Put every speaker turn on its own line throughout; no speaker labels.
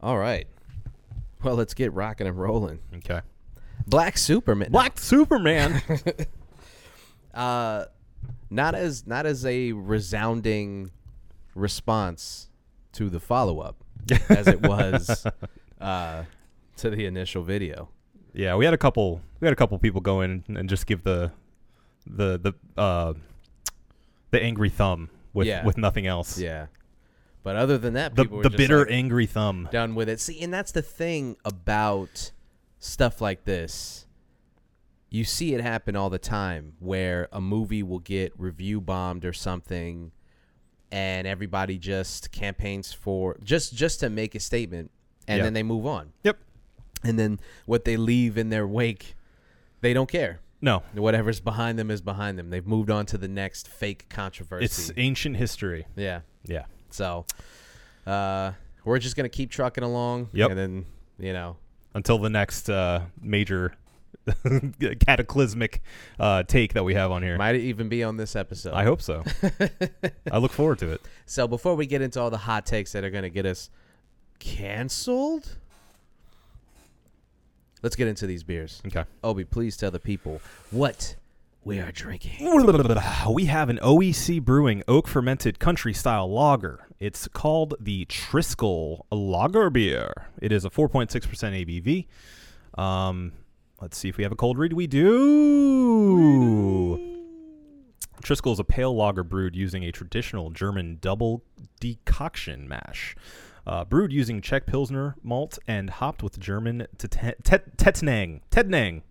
All right. Well, let's get rocking and rolling.
Okay.
Black Superman.
Black Superman.
Uh, not as not as a resounding response to the follow up as it was uh, to the initial video.
yeah, we had a couple. We had a couple people go in and just give the the the uh the angry thumb with
Yeah.
with nothing else.
Yeah. But other than that,
The
people were
the
just,
bitter
like,
angry thumb.
done with it. See, and that's the thing about stuff like this. You see it happen all the time where a movie will get review bombed or something and everybody just campaigns for just just to make a statement and
Yeah.
then they move on.
Yep.
And then what they leave in their wake, they don't care.
No,
Whatever's behind them is behind them. They've moved on to the next fake controversy.
it's ancient history.
yeah.
Yeah.
So uh, we're just gonna keep trucking along.
Yep.
And then you know,
Until the next uh, major cataclysmic uh, take that we have on here.
might even be on this episode.
I hope so. I look forward to it.
so before we get into all the hot takes that are gonna get us canceled, let's get into these beers.
Okay.
Obi, please tell the people what we are drinking.
We have an OEC Brewing oak fermented country style lager. It's called the Triskel Lager Beer. It is a 4.6% ABV. Um, let's see if we have a cold read. We do. Triskel is a pale lager brewed using a traditional German double decoction mash. Uh, brewed using Czech Pilsner malt and hopped with German Tete- Tet- Tetnang. Tetnang.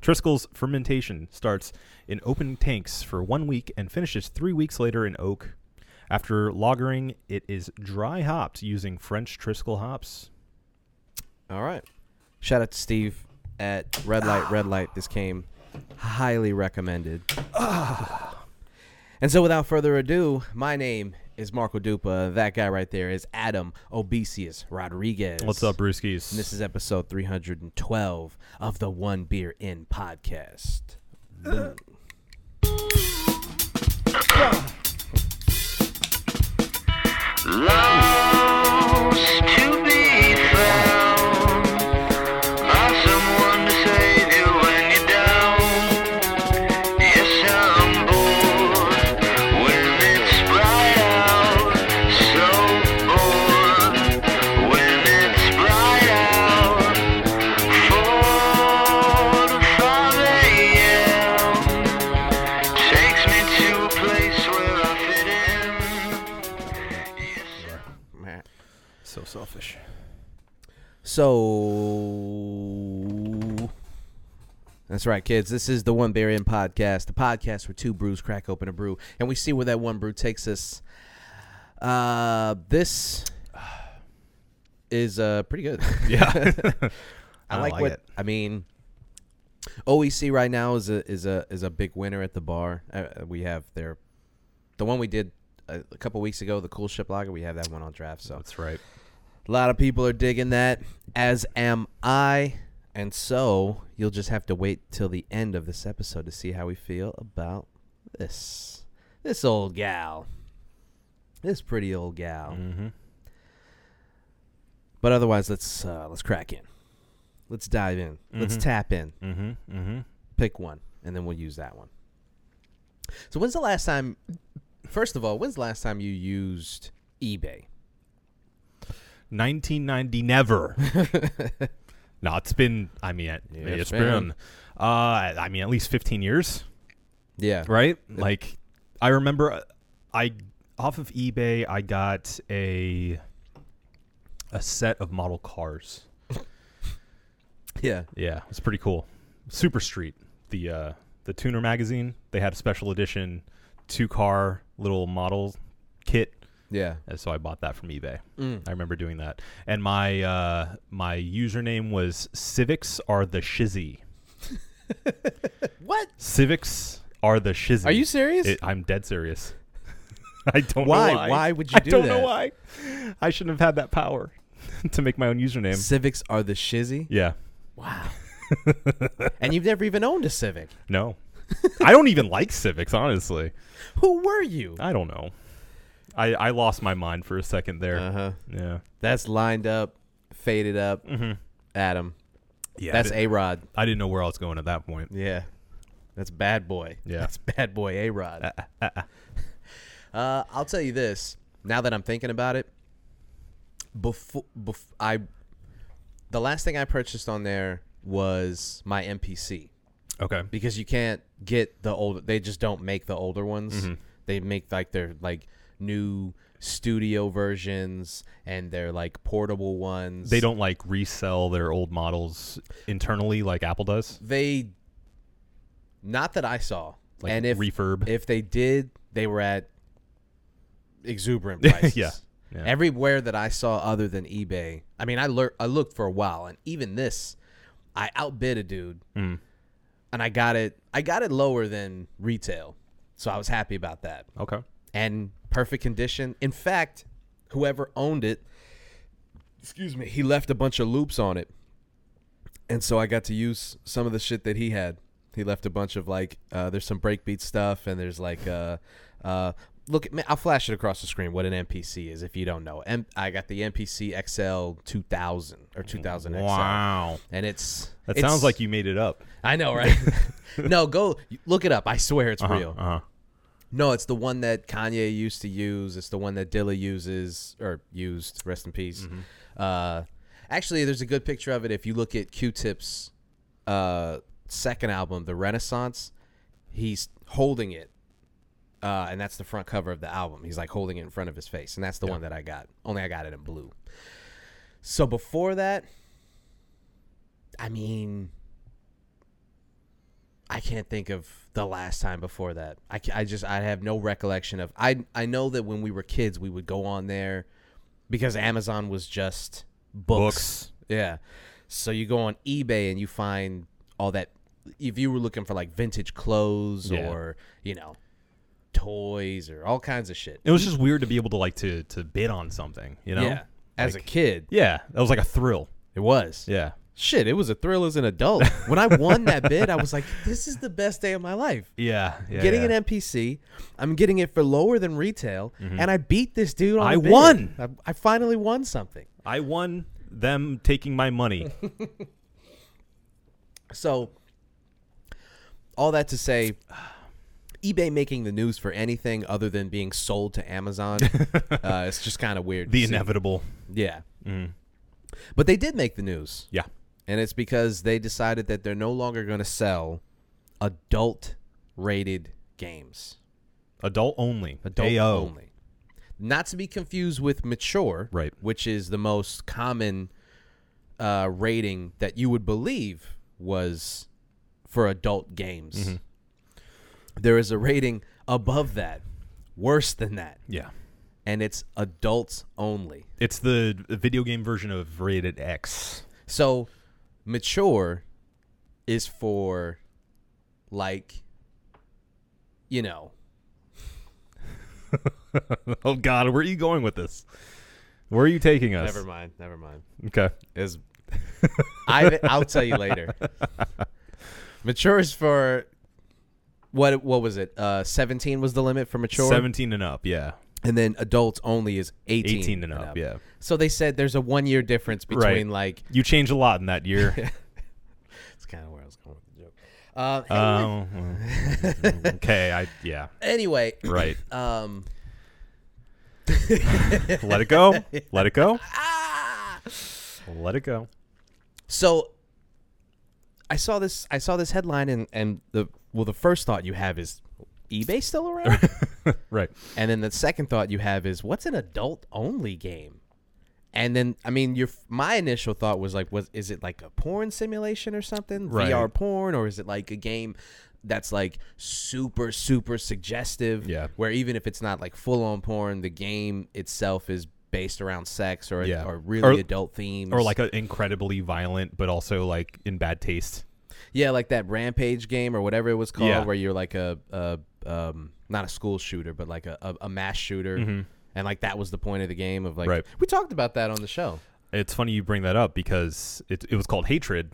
Triskel's fermentation starts in open tanks for one week and finishes three weeks later in oak. After lagering, it is dry hopped using French Triskel hops.
All right. Ah. Shout out to Steve at Red Light. Red Light. This came highly recommended. And so, without further ado, my name is Marco Dupa. That guy right there is Adam Obesius Rodriguez.
What's up, Brewskis?
And this is episode 312 of the One Beer In podcast.
Lost to be found by someone to save you when you're down. Yes, I'm bored when it's bright out. So bored when it's bright out. Four to five a.m. takes me to a place where I fit in. Yes.
So selfish.
So that's right, kids. This is the One Beer In podcast, the podcast where two brews crack open a brew, and we see where that one brew takes us. Uh, this is uh pretty good.
Yeah.
I like, what I mean. OEC right now is a is a is a big winner at the bar. Uh, we have their the one we did a, a couple weeks ago, the Cool Ship Lager. We have that one on draft. So
That's right.
a lot of people are digging that, as am I. And so you'll just have to wait till the end of this episode to see how we feel about this. This old gal. This pretty old gal.
Mm-hmm.
But otherwise, let's uh, let's crack in. Let's dive in. Let's
Mhm.
tap in.
Mm-hmm. Mm-hmm.
Pick one, and then we'll use that one. So when's the last time? First of all, when's the last time you used eBay?
1990 never. no, it's been. I mean, it,
Yeah,
it's
it's
been.
been.
Uh, I mean, at least 15 years.
Yeah.
right? Like, I remember uh, I off of eBay I got a a set of model cars.
Yeah.
Yeah, it's pretty cool. Super Street, the uh, the tuner magazine. They had a special edition two car little model kit,
Yeah.
and so I bought that from eBay.
Mm.
I remember doing that, and my uh, my username was Civics are the shizzy.
What?
Civics are the shizzy.
Are you serious?
It- I'm dead serious. I don't
Why?
know why.
Why would you
I
do
don't know
that?
why. I shouldn't have had that power to make my own username.
Civics are the shizzy.
yeah.
Wow. and you've never even owned a Civic.
No. I don't even like civics, honestly.
Who were you?
I don't know. I, I lost my mind for a second there.
Uh huh.
Yeah.
That's lined up faded up Adam.
Yeah,
That's
I,
A Rod.
I didn't know where I was going at that point.
Yeah. That's bad boy.
Yeah.
That's bad boy A Rod. uh, I'll tell you this. Now that I'm thinking about it, before, bef- I, the last thing I purchased on there was my MPC
Okay.
because you can't get the older. They just don't make the older ones.
Mm-hmm.
They make like their like new studio versions and their like portable ones.
They don't like resell their old models internally like Apple does.
They, not that I saw.
Like
and if
refurb.
If they did, they were at exuberant prices.
Yeah. Yeah.
Everywhere that I saw other than eBay, I mean, I, lur- I looked for a while, and even this, I outbid a dude,
Mm.
and I got it. I got it lower than retail, so I was happy about that.
Okay.
And perfect condition. In fact, whoever owned it, excuse me, he left a bunch of loops on it, and so I got to use some of the shit that he had. He left a bunch of like, uh, there's some breakbeat stuff, and there's like, uh, uh, look, man, I'll flash it across the screen. What an MPC is, if you don't know. M- I got the MPC XL 2000 or 2000 XL,
Wow.
and it's
That
it's-
sounds like you made it up.
I know, right? no, go look it up. I swear it's real.
Uh-huh.
No, it's the one that Kanye used to use. It's the one that Dilla uses or used. Rest in peace. Uh, actually, there's a good picture of it if you look at Q-Tip's uh, second album, The Renaissance. He's holding it, uh, and that's the front cover of the album. He's like holding it in front of his face, and that's the one that I got. Only I got it in blue. So before that, I mean, I can't think of the last time before that. I, ca- I just I have no recollection of. I I know that when we were kids, we would go on there because Amazon was just books.
Books.
Yeah, so you go on eBay and you find all that. If you were looking for like vintage clothes
Yeah.
or you know toys or all kinds of shit,
It was just weird to be able to like to to bid on something, you know?
yeah, as a kid,
Yeah. That was like a thrill.
it was.
Yeah.
Shit, it was a thrill as an adult. When I won that bid, I was like, "This is the best day of my life."
Yeah. yeah
getting
yeah.
an MPC. I'm getting it for lower than retail, and I beat this dude. on
Mm-hmm. I
a bid.
won.
I, I finally won something.
I won them taking my money.
So, all that to say, eBay making the news for anything other than being sold to Amazon, uh, it's just kind of weird. to
the
see.
inevitable.
yeah. But they did make the news,
Yeah.
and it's because they decided that they're no longer going to sell adult-rated games,
Adult only.
adult
AO.
only. Not to be confused with mature,
Right.
Which is the most common uh, rating that you would believe was for adult games. There is a rating above that, worse than that,
Yeah.
and it's adults only.
It's the video game version of rated X.
So, mature is for like, you know,
oh God, where are you going with this? Where are you taking us?
never mind, never mind.
Okay.
is I I'll tell you later. Mature is for what what was it? Uh 17 was the limit for mature.
Seventeen and up. Yeah.
And then adults only is 18.
18 and up, yeah.
So they said there's a 1 year difference between
Right.
like
You changed a lot in that year.
it's kind of where I was going with the joke. Uh, anyway,
um, okay. I yeah.
anyway,
Right.
um
Let it go. Let it go.
ah!
Let it go.
So I saw this I saw this headline and and the well the first thought you have is eBay still around?
Right.
And then the second thought you have is, what's an adult only game? And then, I mean, your my initial thought was like, was is it like a porn simulation or something,
Right.
VR porn, or is it like a game that's like super super suggestive?
Yeah.
Where even if it's not like full on porn, the game itself is based around sex or
Yeah.
or really
Or-
adult themes,
Or like an incredibly violent, but also like in bad taste.
yeah, like that rampage game or whatever it was called,
Yeah.
where you're like a, a um, not a school shooter, but like a, a, a mass shooter, and like that was the point of the game of like
Right.
we talked about that on the show.
It's funny you bring that up because it it was called Hatred,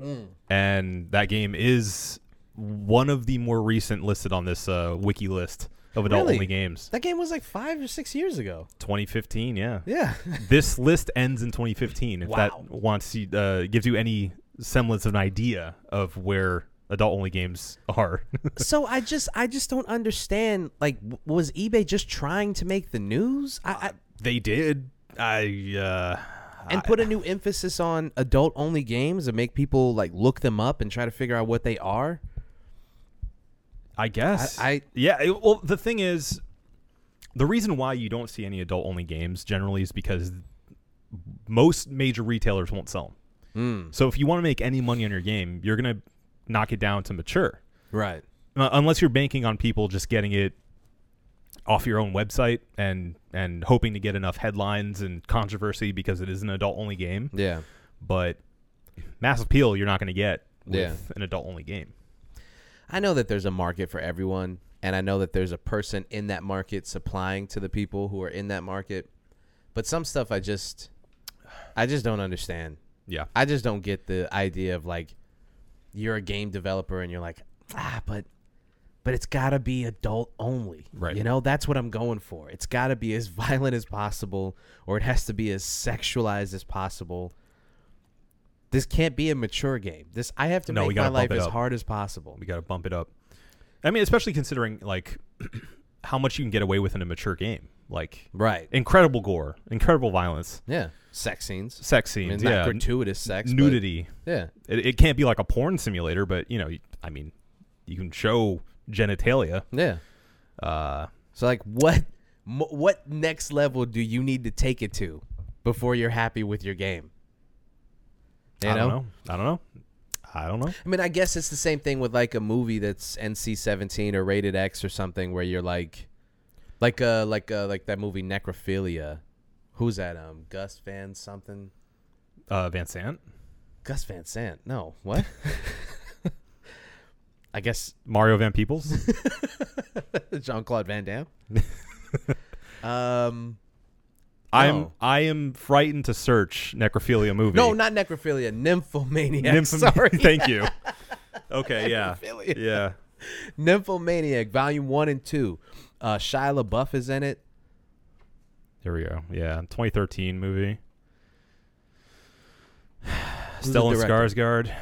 Hmm. and that game is one of the more recent listed on this uh, wiki list. of adult only
Really?
games.
That game was like five or six years ago.
2015, yeah.
Yeah.
this list ends in 2015. If
Wow.
that wants you, uh, gives you any semblance of an idea of where adult only games are.
so I just I just don't understand. Like, w- was eBay just trying to make the news? I, I
they did. I uh,
and put a new emphasis on adult only games and make people like look them up and try to figure out what they are.
I guess.
I- I-
yeah. it- well, the thing is, the reason why you don't see any adult only games generally is because most major retailers won't sell
Hmm.
them. So if you want to make any money on your game, you're gonna knock it down to mature,
Right.
uh, unless you're banking on people just getting it off your own website and and hoping to get enough headlines and controversy because it is an adult only game.
Yeah.
But mass appeal you're not gonna get with
Yeah.
an adult only game.
I know that there's a market for everyone, and I know that there's a person in that market supplying to the people who are in that market. But some stuff I just, I just don't understand.
Yeah.
I just don't get the idea of like, you're a game developer and you're like, ah, but, but it's gotta be adult only.
Right.
You know, that's what I'm going for. It's gotta be as violent as possible, or it has to be as sexualized as possible. This can't be a mature game. This I have to
No, we
make my
gotta bump
life
it
as
up.
hard as possible.
We got to bump it up. I mean, especially considering like how much you can get away with in a mature game. Like
Right.
incredible gore, incredible violence,
Yeah, sex scenes.
sex
I mean,
scenes,
not
yeah, n-
gratuitous sex. but-
nudity.
Yeah,
It, it can't be like a porn simulator, but you know, y- I mean, you can show genitalia.
yeah.
Uh,
So like, what, m- what next level do you need to take it to before you're happy with your game? You
I don't know. I don't know. I don't know.
I mean, I guess it's the same thing with like a movie that's NC-17 or rated X or something, where you're like, like uh, like uh, like that movie Necrophilia. Who's that? Um, Gus Van something.
Uh, Van Sant,
Gus Van Sant. No, what? I guess
Mario Van Peebles.
Jean Claude Van Damme. um,
I am
No.
I am frightened to search necrophilia movie.
Oh. no, not necrophilia, nymphomaniac.
Nymphoma-
Sorry,
Thank you. Okay, yeah,
Necrophilia.
yeah.
nymphomaniac, volume one and two. Uh, Shia LaBeouf is in it.
There we go. Yeah, 2013 movie.
Who's the
Stellan
director?
Skarsgård,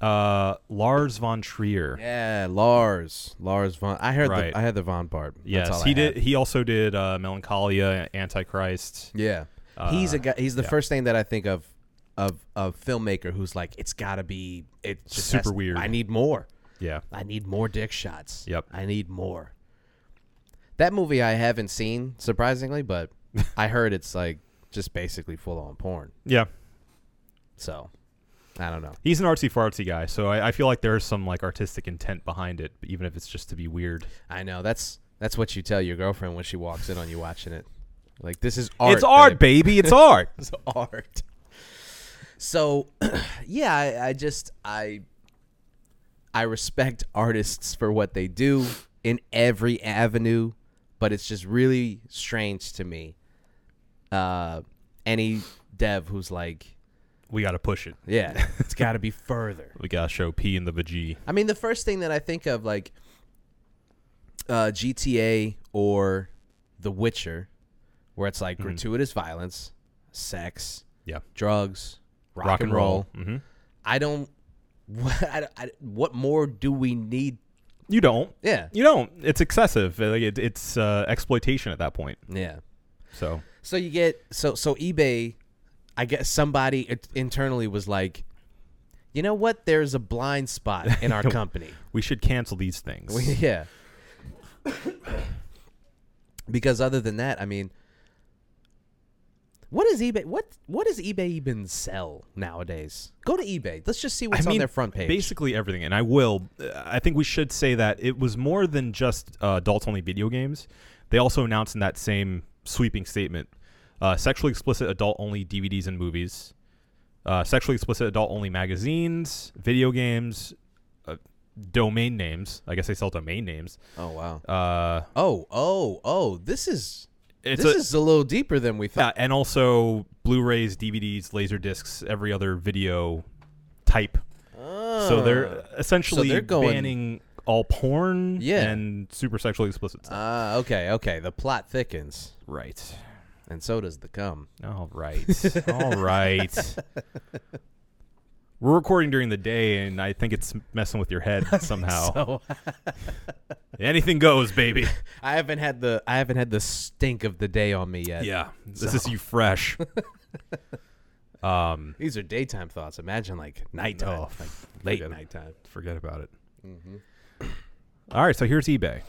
uh, Lars von Trier.
Yeah, Lars, Lars von. I heard
Right.
the I had the von part. That's all
yes,
I
he did.
had.
He also did uh, Melancholia, Antichrist.
Yeah, he's a guy. He's the
Uh, yeah.
first name that I think of of of filmmaker who's like it's got to be it's just
Super
has-
weird.
I need more.
Yeah,
I need more dick shots.
Yep.
I need more. That movie I haven't seen, surprisingly, but I heard it's like just basically full on porn.
yeah.
So I don't know.
He's an artsy fartsy guy, so I, I feel like there's some like artistic intent behind it, even if it's just to be weird.
I know. That's that's what you tell your girlfriend when she walks in on you watching it. Like this is art.
it's art,
babe.
baby. It's art.
It's art. So yeah, I, I just I I respect artists for what they do in every avenue, but it's just really strange to me. Uh, any dev who's like,
we got to push it.
yeah, it's got to be further.
We got to show P in the vajee.
I mean, the first thing that I think of, like uh, GTA or The Witcher, where it's like gratuitous violence, sex,
Yeah,
drugs, rock, and roll.
hmm
I don't. What, I, I- what more do we need?
You don't.
Yeah,
You don't. It's excessive. Like it, it's uh, exploitation at that point.
yeah.
So
So you get so so eBay. I guess somebody it- internally was like, you know what? There's a blind spot in our company.
we should cancel these things.
We- yeah. because other than that, I mean, what is eBay? What what does eBay even sell nowadays? Go to eBay. Let's just see what's on their front page.
Basically everything, and I will. uh, I think we should say that it was more than just uh, adults-only video games. They also announced in that same sweeping statement uh, sexually explicit adult-only DVDs and movies, uh, sexually explicit adult-only magazines, video games, uh, domain names. I guess they sell domain names.
oh wow.
Uh,
Oh oh oh. This is
it's
this
a,
is a little deeper than we
yeah,
thought.
and also Blu-rays, DVDs, laser discs, every other video type So they're
Ah. so
essentially
they're going-
banning all porn
Yeah.
and super sexually explicit stuff.
Ah, okay, okay. The plot thickens,
right.
and so does the cum.
All right. All right. We're recording during the day, and I think it's messing with your head somehow.
So
Anything goes, baby.
I haven't had the I haven't had the stink of the day on me yet.
yeah. This is you fresh. um,
These are daytime thoughts. Imagine like nighttime,
Oh,
like late
late night.
nighttime.
forget about it.
Mm-hmm.
All right, so here's eBay.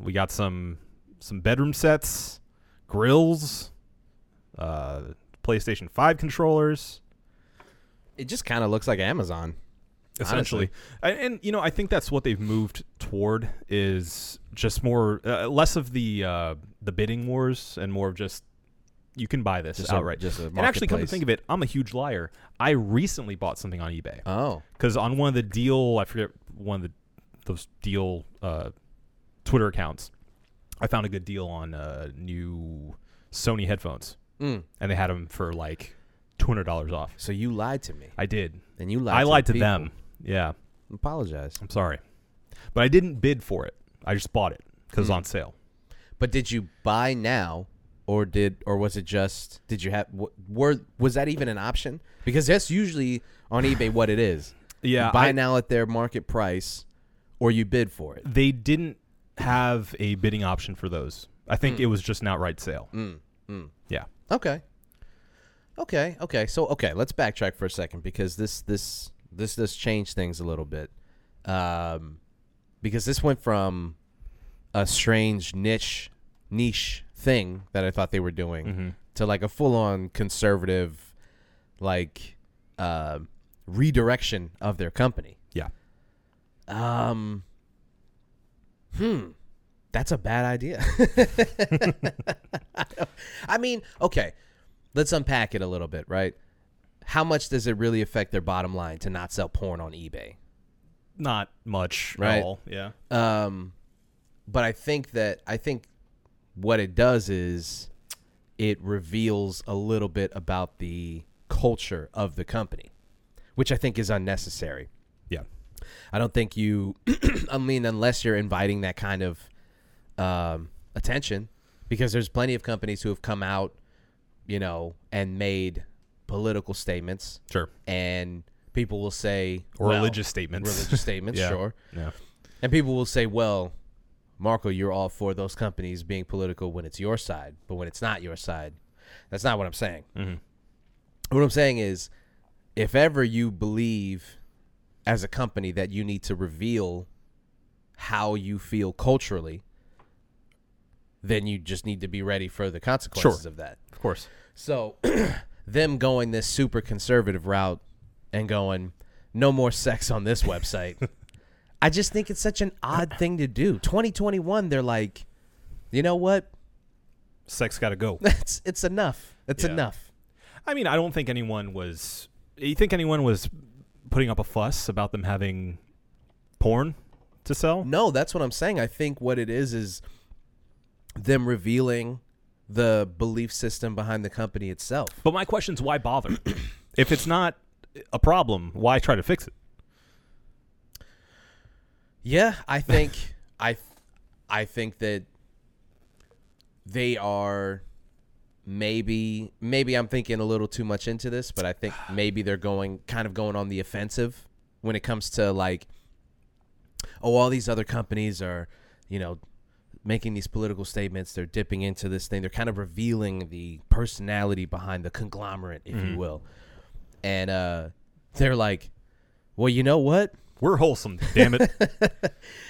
We got some some bedroom sets, grills, uh, PlayStation Five controllers,
It just kind of looks like Amazon.
essentially. I, and you know, I think that's what they've moved toward is just more uh, less of the uh, the bidding wars and more of just you can buy this
Just a-
outright.
just a
and actually, come to
marketplace.
think of it, I'm a huge liar. I recently bought something on eBay.
Oh,
because on one of the deal, I forget one of the those deal uh, Twitter accounts, I found a good deal on uh, new Sony headphones,
Mm.
and they had them for like two hundred dollars off.
so you lied to me,
I did.
and you lied.
I
to
lied
the
to
people.
them. Yeah,
Apologize.
I'm sorry, but I didn't bid for it. I just bought it because it's on sale.
But did you buy now, or did, or was it just? Did you have? w- Were was that even an option? Because that's usually on eBay what it is.
Yeah,
you buy
Uh, I-
now at their market price, or you bid for it.
They didn't have a bidding option for those. I think it was just an outright sale. Yeah.
Okay. Okay. Okay. So okay, let's backtrack for a second because this this this does change things a little bit, um, because this went from a strange niche niche thing that I thought they were doing to like a full on conservative, like uh, redirection of their company.
Yeah.
Um, hmm, that's a bad idea. I mean, okay, let's unpack it a little bit, right? How much does it really affect their bottom line to not sell porn on eBay?
Not much
Right.
at all. Yeah.
Um, but I think that I think what it does is it reveals a little bit about the culture of the company, which I think is unnecessary.
Yeah.
I don't think you, I mean, unless you're inviting that kind of um, attention, because there's plenty of companies who have come out, you know, and made political statements,
Sure.
and people will say
Or
well,
religious statements.
religious statements,
Yeah.
sure,
Yeah.
and people will say, well, Marco, you're all for those companies being political when it's your side, but when it's not your side, that's not what I'm saying. What I'm saying is, if ever you believe as a company that you need to reveal how you feel culturally, then you just need to be ready for the consequences
Sure.
of that.
Of course.
So, them going this super conservative route and going, no more sex on this website. I just think it's such an odd thing to do. 2021, they're like, you know what?
Sex got to go.
It's, it's enough. It's
Yeah.
enough.
I mean, I don't think anyone was. You think anyone was putting up a fuss about them having porn to sell?
No, that's what I'm saying. I think what it is is them revealing the belief system behind the company itself.
But my question is, why bother? if it's not a problem, why try to fix it?
Yeah, I think I I think that they are maybe maybe I'm thinking a little too much into this, but I think maybe they're going kind of going on the offensive when it comes to like oh all these other companies are, you know, making these political statements, they're dipping into this thing, they're kind of revealing the personality behind the conglomerate, if you will. And uh they're like, "Well, you know what?
We're wholesome, damn it.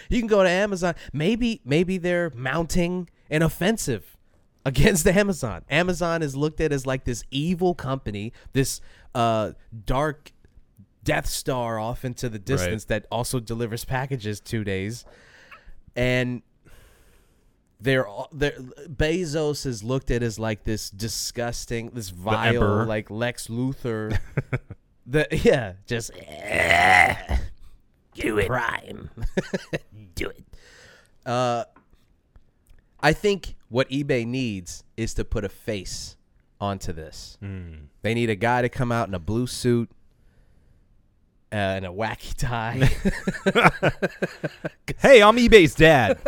You can go to Amazon. Maybe maybe they're mounting an offensive against Amazon. Amazon is looked at as like this evil company, this uh, dark Death Star off into the distance that also delivers packages two days, and they're, all- they're Bezos is looked at as like this disgusting, this vile,
emperor.
like Lex Luthor. the yeah, just do it. Prime. do it. Uh, I think what eBay needs is to put a face
Hmm.
onto this. They need a guy to come out in a blue suit, uh, and a wacky tie.
Hey, I'm eBay's dad.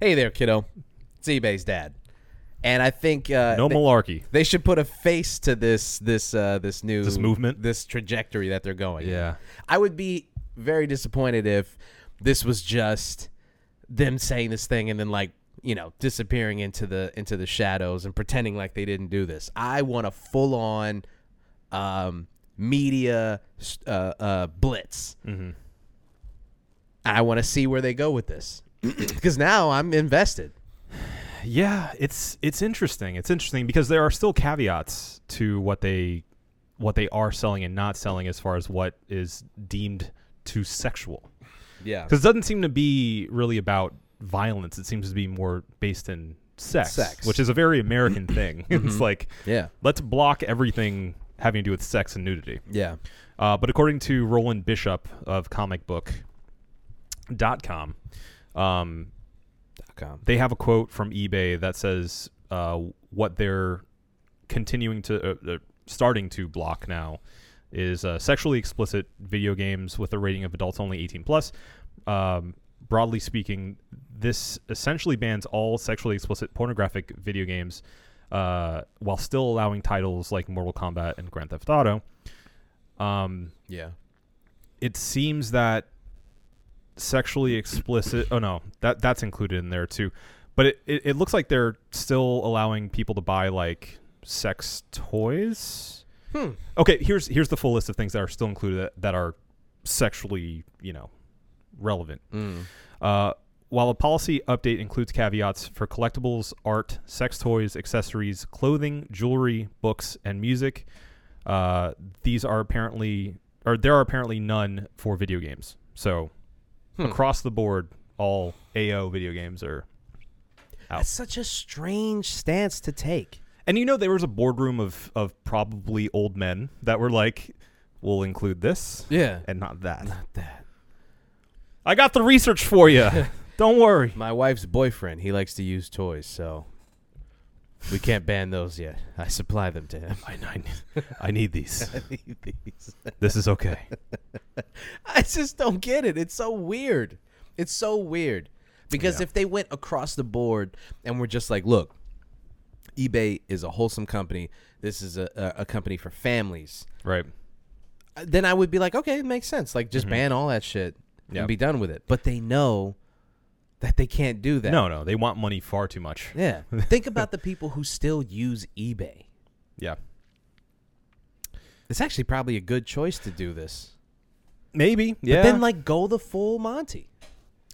hey there, kiddo. It's eBay's dad. And I think uh,
No
they-
malarkey.
they should put a face to this this uh, this new
This movement?
this trajectory that they're going. in.
Yeah.
I would be very disappointed if this was just them saying this thing and then like you know disappearing into the into the shadows and pretending like they didn't do this. I want a full on um, media s- uh, uh, blitz.
Mm-hmm.
I want to see where they go with this because now I'm invested.
Yeah, it's it's interesting. It's interesting because there are still caveats to what they what they are selling and not selling as far as what is deemed too sexual.
Yeah.
Because it doesn't seem to be really about violence. It seems to be more based in sex,
Sex.
which is a very American thing. It's like,
Yeah.
let's block everything having to do with sex and nudity.
Yeah.
Uh, but according to Roland Bishop of comicbook.com, um, they have a quote from eBay that says uh, what they're continuing to, uh, they're starting to block now is uh, sexually explicit video games with a rating of adults only 18 plus. Um, broadly speaking, this essentially bans all sexually explicit pornographic video games uh, while still allowing titles like Mortal Kombat and Grand Theft Auto. Um,
Yeah.
it seems that sexually explicit oh no that that's included in there too but it, it, it looks like they're still allowing people to buy like sex toys
Hmm.
okay here's here's the full list of things that are still included that, that are sexually you know relevant
Mm.
uh, while a policy update includes caveats for collectibles, art, sex toys, accessories, clothing, jewelry, books, and music, uh, these are apparently, or there are apparently none for video games. So
Hmm.
across the board, all AO video games are. out.
That's such a strange stance to take.
And you know, there was a boardroom of, of probably old men that were like, we'll include this
Yeah.
and not that.
Not that.
I got the research for you. Don't worry.
My wife's boyfriend, he likes to use toys, so we can't ban those yet. I supply them to him.
I, I, I need these. This is okay.
I just don't get it. It's so weird. It's so weird. Because
Yeah.
if they went across the board and were just like, look, eBay is a wholesome company. This is a, a, a company for families. uh,
Right.
then I would be like, okay, it makes sense. Like, just ban all that shit
Yep.
and be done with it. But they know that they can't do that.
No, no, they want money far too much.
Yeah. Think about the people who still use eBay.
Yeah.
It's actually probably a good choice to do this.
Maybe. Yeah.
But then, like, go the full Monty.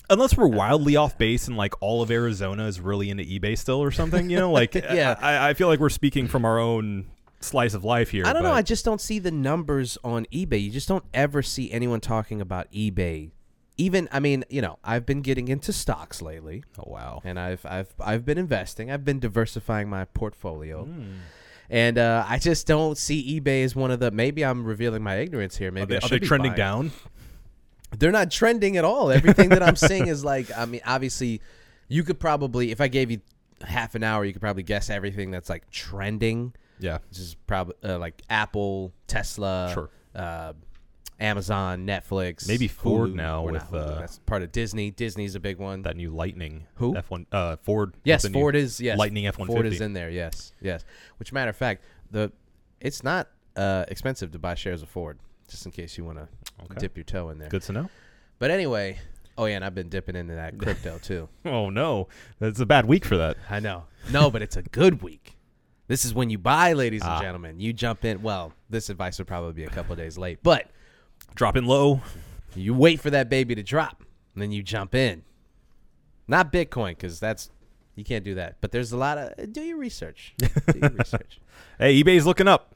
unless we're wildly off base and like all of Arizona is really into eBay still or something, you know, like
Yeah.
I, I feel like we're speaking from our own slice of life here.
I don't know.
but-
I just don't see the numbers on eBay. You just don't ever see anyone talking about eBay. Even, I mean, you know, I've been getting into stocks lately.
oh wow.
and I've I've I've been investing. I've been diversifying my portfolio. And uh, I just don't see eBay as one of the. Maybe I'm revealing my ignorance here. Maybe
Are
I
they, are
should
they
be
trending
buying.
down?
They're not trending at all. Everything that I'm seeing is like. I mean, obviously, you could probably, if I gave you half an hour, you could probably guess everything that's like trending.
Yeah.
This is probably uh, like Apple, Tesla,
Sure.
uh, Amazon, Netflix,
Maybe Ford
Hulu,
now
or not
with,
Hulu,
uh,
that's part of Disney. Disney's a big one.
That new Lightning.
Who?
F one uh Ford. with
Yes,
the new
Ford is yes.
Lightning F one
Ford is
fifty.
in there. Yes, yes. Which matter of fact, the it's not uh, expensive to buy shares of Ford. Just in case you want to
Okay.
dip your toe in there.
Good to know.
But anyway, oh yeah, and I've been dipping into that crypto too.
Oh no. That's a bad week for that.
I know. No, but it's a good week. This is when you buy, ladies
Ah.
and gentlemen. You jump in. Well, this advice would probably be a couple days late, but
Dropping low.
you wait for that baby to drop, and then you jump in. Not Bitcoin, because that's you can't do that. But there's a lot of uh, do your research. do your research.
Hey, eBay's looking up.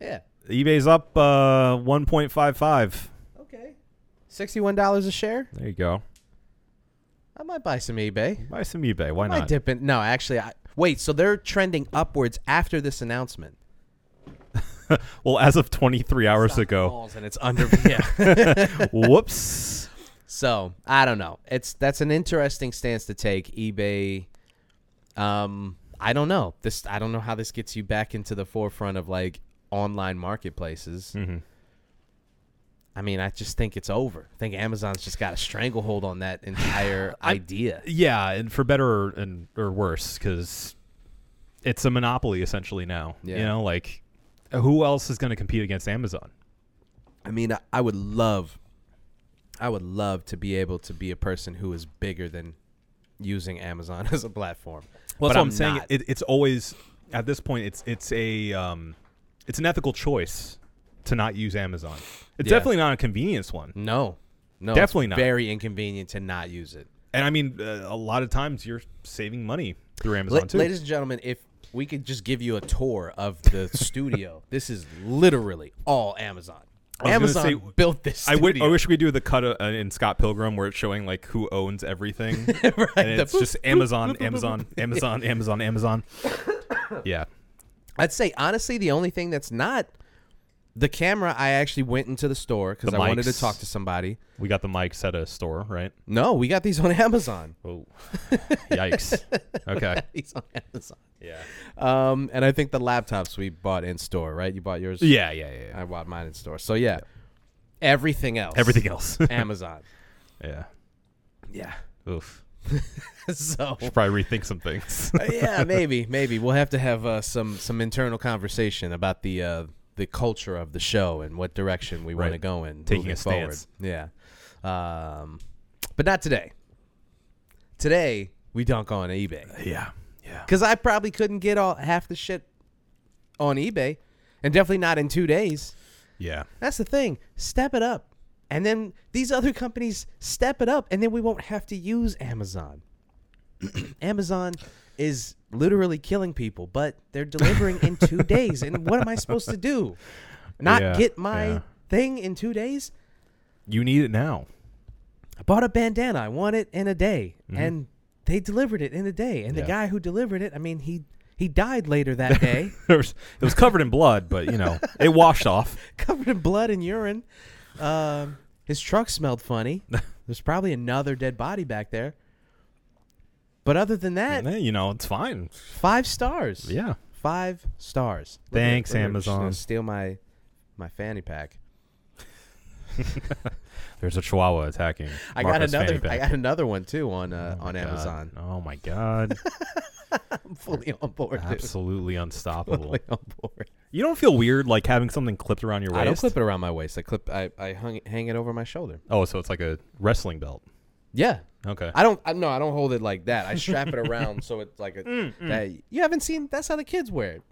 Yeah.
eBay's up uh one point five five.
Okay. Sixty-one dollars a share.
There you go.
I might buy some eBay.
Buy some eBay. Why
I might
not?
dip in. No, actually, I wait. So they're trending upwards after this announcement.
well, as of 23 hours
Stock
ago.
falls and it's under. yeah.
Whoops.
So I don't know. It's that's an interesting stance to take. eBay. Um, I don't know. This I don't know how this gets you back into the forefront of like online marketplaces.
Mm-hmm.
I mean, I just think it's over. I think Amazon's just got a stranglehold on that entire idea.
Yeah, and for better or, and or worse, because it's a monopoly essentially now. You
Yeah.
know, like who else is going to compete against Amazon?
I mean, I, I would love, I would love to be able to be a person who is bigger than using Amazon as a platform.
Well, that's
But
what I'm, saying.
not.
It, it's always at this point. It's it's a um, it's an ethical choice to not use Amazon. It's
Yeah.
definitely not a convenience one.
no, no, it's
Definitely not.
Very inconvenient to not use it.
And I mean, uh, a lot of times you're saving money through Amazon
La-
too.
Ladies and gentlemen, if we could just give you a tour of the studio, this is literally all Amazon.
was gonna
Amazon
say,
built this.
I,
Studio.
w- I wish we do the cut uh, in Scott Pilgrim where it's showing like who owns everything,
Right,
and
the
it's
boop,
just Amazon, Amazon, Amazon, Amazon, Amazon. yeah,
I'd say honestly, the only thing that's not the camera. I actually went into the store because
The
I wanted to
mics.
talk to somebody.
we got the mics at a store, right?
No, we got these on Amazon.
Oh, yikes! Okay,
These on Amazon.
yeah,
Um, and I think the laptops we bought in store, right? You bought yours.
yeah, yeah, yeah. yeah.
I bought mine in store. So yeah, everything else,
Everything else,
Amazon.
yeah.
Yeah.
Oof.
so
Should probably rethink some things.
yeah, maybe, maybe we'll have to have uh, some some internal conversation about the uh, the culture of the show and what direction we want to
Right.
go in,
Taking
moving
a stance.
Forward. Yeah, um, but not today. Today we dunk on eBay.
yeah, yeah.
Because I probably couldn't get all half the shit on eBay, and definitely not in two days.
Yeah.
That's the thing. Step it up, and then these other companies step it up, and then we won't have to use Amazon. Amazon is literally killing people, but they're delivering in two days. And what am I supposed to do? Not
Yeah,
get my
yeah.
thing in two days?
You need it now.
I bought a bandana. I want it in a day, and they delivered it in a day. And
Mm-hmm. Yeah.
the guy who delivered it, I mean, he he died later that day.
There was- it was covered in blood, but you know, it washed off.
covered in blood and urine. Um, his truck smelled funny. There's probably another dead body back there. But other than that,
And then, you know, it's fine.
five stars.
Yeah.
Five stars.
Thanks,
Look at- look at- just gonna
Amazon.
Steal my my fanny pack.
There's a chihuahua attacking.
I
Marco's
got
fanny
another.
pack.
I got another one too on uh,
Oh my
on
God.
Amazon.
Oh my god.
I'm fully on board. dude.
Absolutely unstoppable.
Fully on board.
You don't feel weird like having something clipped around your waist?
I don't clip it around my waist. I clip. I I hung it- hang it over my shoulder.
Oh, so it's like a wrestling belt.
Yeah.
Okay.
I don't. I, no, I don't hold it like that. I strap it around so it's like a.
Mm,
that, you haven't seen. That's how the kids wear it.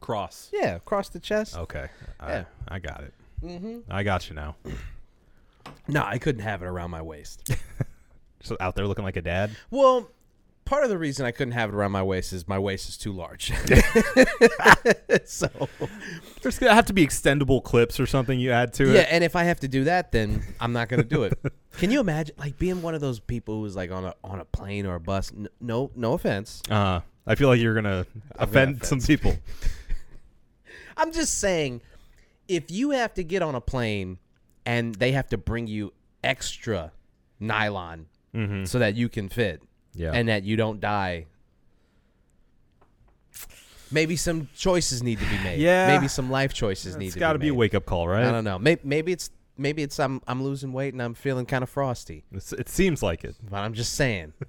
Cross.
Yeah, across the chest.
Okay.
Yeah.
I, I got it. Mm-hmm. I got you now.
No, I couldn't have it around my waist.
So out there looking like a dad.
well, part of the reason I couldn't have it around my waist is my waist is too large. so
There's gonna have to be extendable clips or something you add to it.
yeah, and if I have to do that, then I'm not gonna do it. Can you imagine, like being one of those people who's like on a on a plane or a bus? N- no, no offense.
Uh, I feel like you're gonna offend
offend
some people.
I'm just saying, if you have to get on a plane and they have to bring you extra nylon so that you can fit
Yeah.
and that you don't die, maybe some choices need to be made.
Yeah.
Maybe some life choices need
it's
to
got to be
be
a
made.
wake up call,
I
right?
don't know. Maybe, maybe it's maybe it's I'm I'm losing weight and I'm feeling kind of frosty.
It's, it seems like it.
But I'm just saying.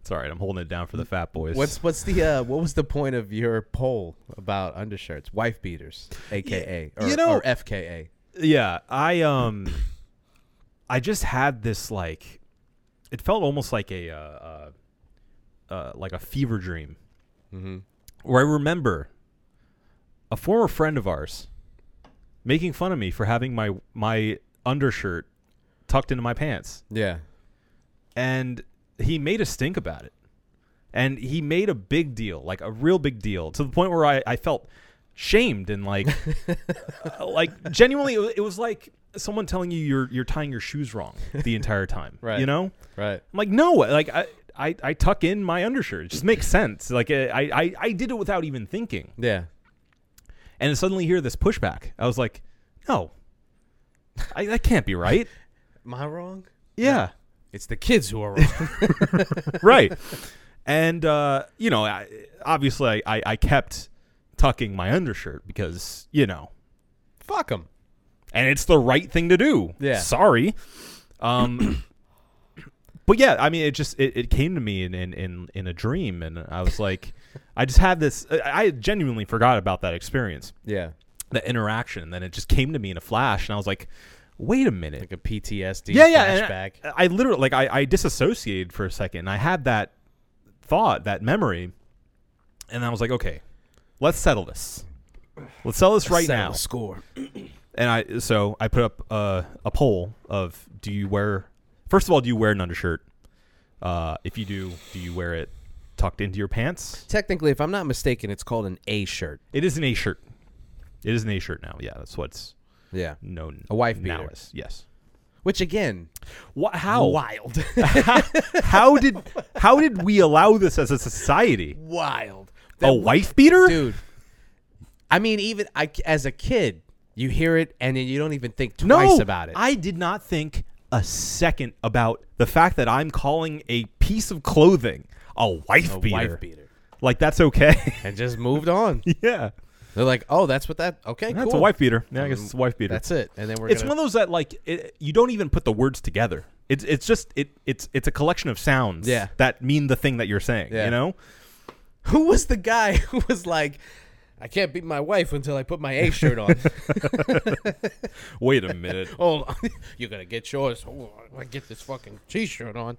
It's all right. I'm holding it down for the fat boys.
What's what's the uh, what was the point of your poll about undershirts, wife beaters, aka or,
you know-
or FKA?
yeah? I um, I just had this like, it felt almost like a uh, uh, uh like a fever dream, mm-hmm. where I remember a former friend of ours making fun of me for having my my undershirt tucked into my pants.
Yeah.
and he made a stink about it. And he made a big deal, like a real big deal, to the point where I, I felt shamed and like, uh, like genuinely, it was, it was like someone telling you you're you're tying your shoes wrong the entire time.
Right.
You know,
Right.
I'm like, no, like I I, I tuck in my undershirt. It just makes sense. Like uh, I, I I did it without even thinking,
Yeah.
and suddenly hear this pushback. I was like, no, I, that can't be right.
Am I wrong?
Yeah.
It's the kids who are wrong.
right. And uh, you know, I, obviously, I, I, I kept tucking my undershirt because, you know,
Fuck them.
and it's the right thing to do.
Yeah.
Sorry. Um, but yeah, I mean, it just it, it came to me in, in in in a dream, and I was like, I just had this. I I genuinely forgot about that experience,
Yeah.
that interaction, and then it just came to me in a flash, and I was like, wait a minute.
Like a PTSD
yeah, yeah. and
flashback.
I, I literally like I, I disassociated for a second. And I had that thought, that memory, and I was like, okay, let's settle this. Let's settle this right now
Score.
and I so I put up uh, a poll of do you wear first of all do you wear an undershirt? Uh, if you do, do you wear it tucked into your pants?
Technically, if I'm not mistaken, it's called an A shirt.
It is an A shirt. It is an A shirt now. Yeah, that's what's
Yeah.
known.
A wife
now
beater.
as. Yes.
Which again,
What? How?
wild,
how, how did how did we allow this as a society?
wild.
a wife beater?
dude. I mean, even I, as a kid, you hear it and then you don't even think
no,
twice about it.
I did not think a second about the fact that I'm calling a piece of clothing a wife
a
beater.
wife beater,
Like that's okay.
and just moved on.
yeah.
They're like, oh, that's what that. Okay,
That's
cool. Um,
a wife beater. Yeah, I guess it's a wife beater.
That's it. And then we're
it's
gonna,
one of those that like it, you don't even put the words together. It's it's just it it's it's a collection of sounds
Yeah.
that mean the thing that you're saying,
Yeah.
you know?
Who was the guy who was like, I can't beat my wife until I put my A shirt on.
Wait a minute.
Hold on, you're gonna get yours. Hold on, I get this fucking T-shirt on.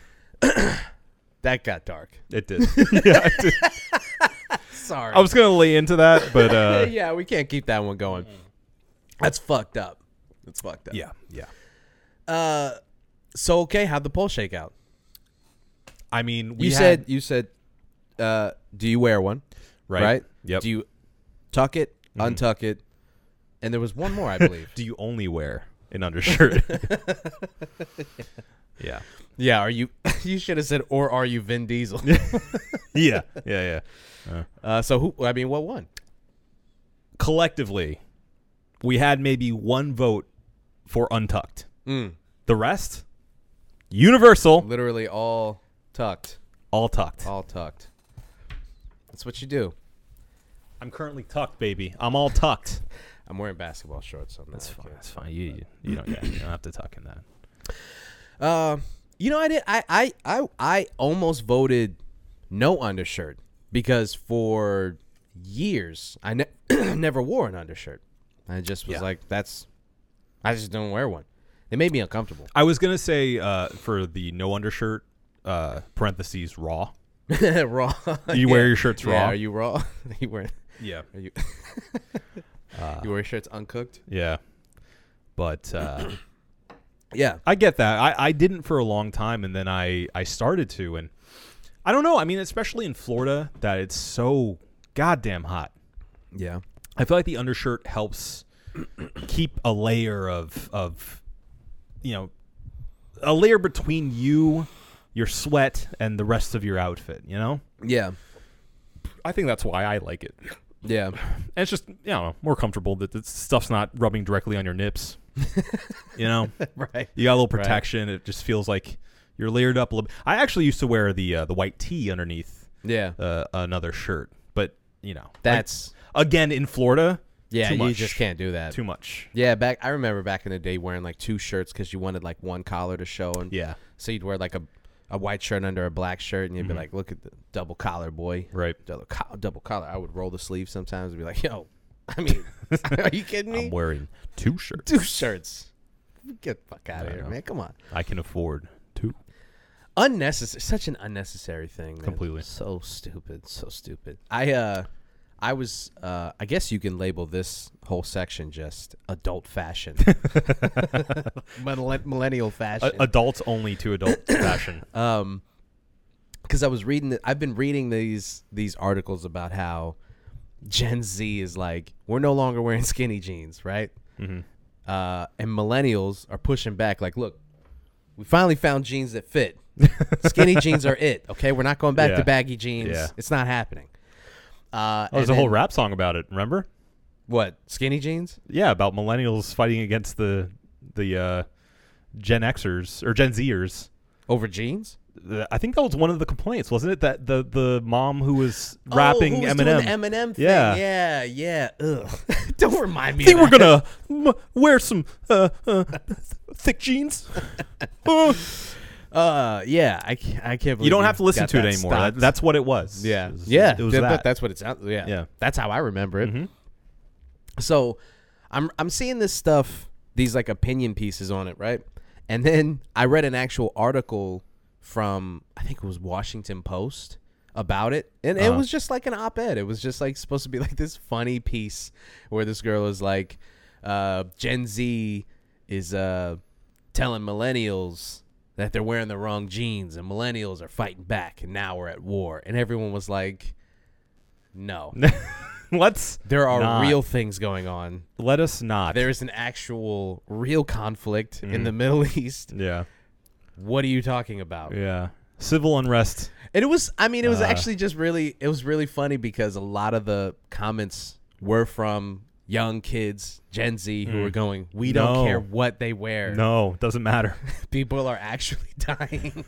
that got dark.
it did. yeah, it did.
Sorry.
I was going to lay into that, but uh
yeah, we can't keep that one going. That's fucked up. That's fucked up.
yeah, yeah.
Uh, so okay, how'd the poll shake out?
I mean, we
You
had-
said you said, uh, do you wear one?
right.
Right. Mm-hmm.
Yep.
Do you tuck it, untuck it, and there was one more, I believe.
do you only wear an undershirt? yeah.
yeah. Are you? You should have said, or are you Vin Diesel?
Yeah. Yeah, yeah.
uh, so who? I mean, what one?
collectively, we had maybe one vote for untucked. The rest, universal,
Literally all tucked.
all tucked.
All tucked. That's what you do.
I'm currently tucked, baby. I'm all tucked.
I'm wearing basketball shorts. So I'm
That's fine. That's fine. You you, you don't yeah, you don't have to tuck in that.
Um, you know, I did. I, I I I almost voted no undershirt because for years I ne- never wore an undershirt. I just was
Yeah.
like, that's. I just don't wear one. They made me uncomfortable.
I was gonna say uh, for the no undershirt uh, parentheses raw.
raw.
You wear your shirts raw.
Yeah, are you raw? are you wearing?
yeah.
Are you?
Uh.
you wear your shirts uncooked?
Yeah. But uh,
Yeah.
I get that. I, I didn't for a long time, and then I, I started to, and I don't know. I mean, especially in Florida, that it's so goddamn hot.
Yeah.
I feel like the undershirt helps keep a layer of of you know a layer between you, your sweat, and the rest of your outfit. You know,
Yeah.
I think that's why I like it.
Yeah.
And it's just you know more comfortable that the stuff's not rubbing directly on your nips. you know,
right.
you got a little protection. It just feels like you're layered up a little. I actually used to wear the uh, the white tee underneath
Yeah.
uh, another shirt, but you know like-
That's
again in Florida.
yeah.
too
You
much.
just can't do that.
too much.
Yeah, back I remember back in the day wearing like two shirts because you wanted like one collar to show, and
Yeah,
so you'd wear like a, a white shirt under a black shirt, and you'd be like, "Look at the double collar, boy!
Mm-hmm. right.
Double, co- double collar." I would roll the sleeve sometimes and be like, "Yo, I mean, are you kidding me?
I'm wearing two shirts.
two shirts. Get the fuck out of
I
here,
know.
man! Come on,
I can afford two.
unnecessary. Such an unnecessary thing. man.
Completely.
So stupid. So stupid. I uh, I was uh, I guess you can label this whole section just adult fashion, Millen- millennial fashion.
adults only to adult fashion.
um because i was reading the, i've been reading these these articles about how gen z is like we're no longer wearing skinny jeans right mm-hmm. uh and millennials are pushing back like look we finally found jeans that fit skinny jeans are it okay we're not going back
Yeah.
to baggy jeans
Yeah.
it's not happening uh
Oh, there's
and
a whole
then-
rap song about it. Remember?
what skinny jeans
Yeah, about millennials fighting against the the uh, Gen Xers or Gen Zers
over jeans
th- I think that was one of the complaints, wasn't it? That the the mom who was rapping
oh, who was
Eminem.
doing the Eminem thing.
Yeah.
yeah, yeah. Ugh. Don't remind me.
I
of
think we're
that.
gonna m- wear some uh, uh, thick jeans. Uh,
Uh, yeah. I can't, I can't. Believe
you don't
we
have to listen
got
to it
that
anymore. That-
stopped.
that's what it was.
yeah,
It was-
yeah.
It was
that-
that.
That's what it sounds. Yeah,
Yeah.
That's how I remember it.
Mhm.
So, I'm I'm seeing this stuff, these like opinion pieces on it, right? And then I read an actual article from I think it was Washington Post about it, and it
Uh-huh.
was just like an op-ed. It was just like supposed to be like this funny piece where this girl is like, uh, Gen Z is uh telling millennials that they're wearing the wrong jeans and millennials are fighting back and now we're at war and everyone was like no
Let's
there are
not.
real things going on
let us not.
there is an actual real conflict
Mm.
in the middle east
yeah,
what are you talking about
yeah. Civil unrest.
and it was i mean it was
Uh.
actually just really it was really funny because a lot of the comments were from young kids gen z who were going we
Mm. No.
don't care what they wear
No, doesn't matter.
people are actually dying.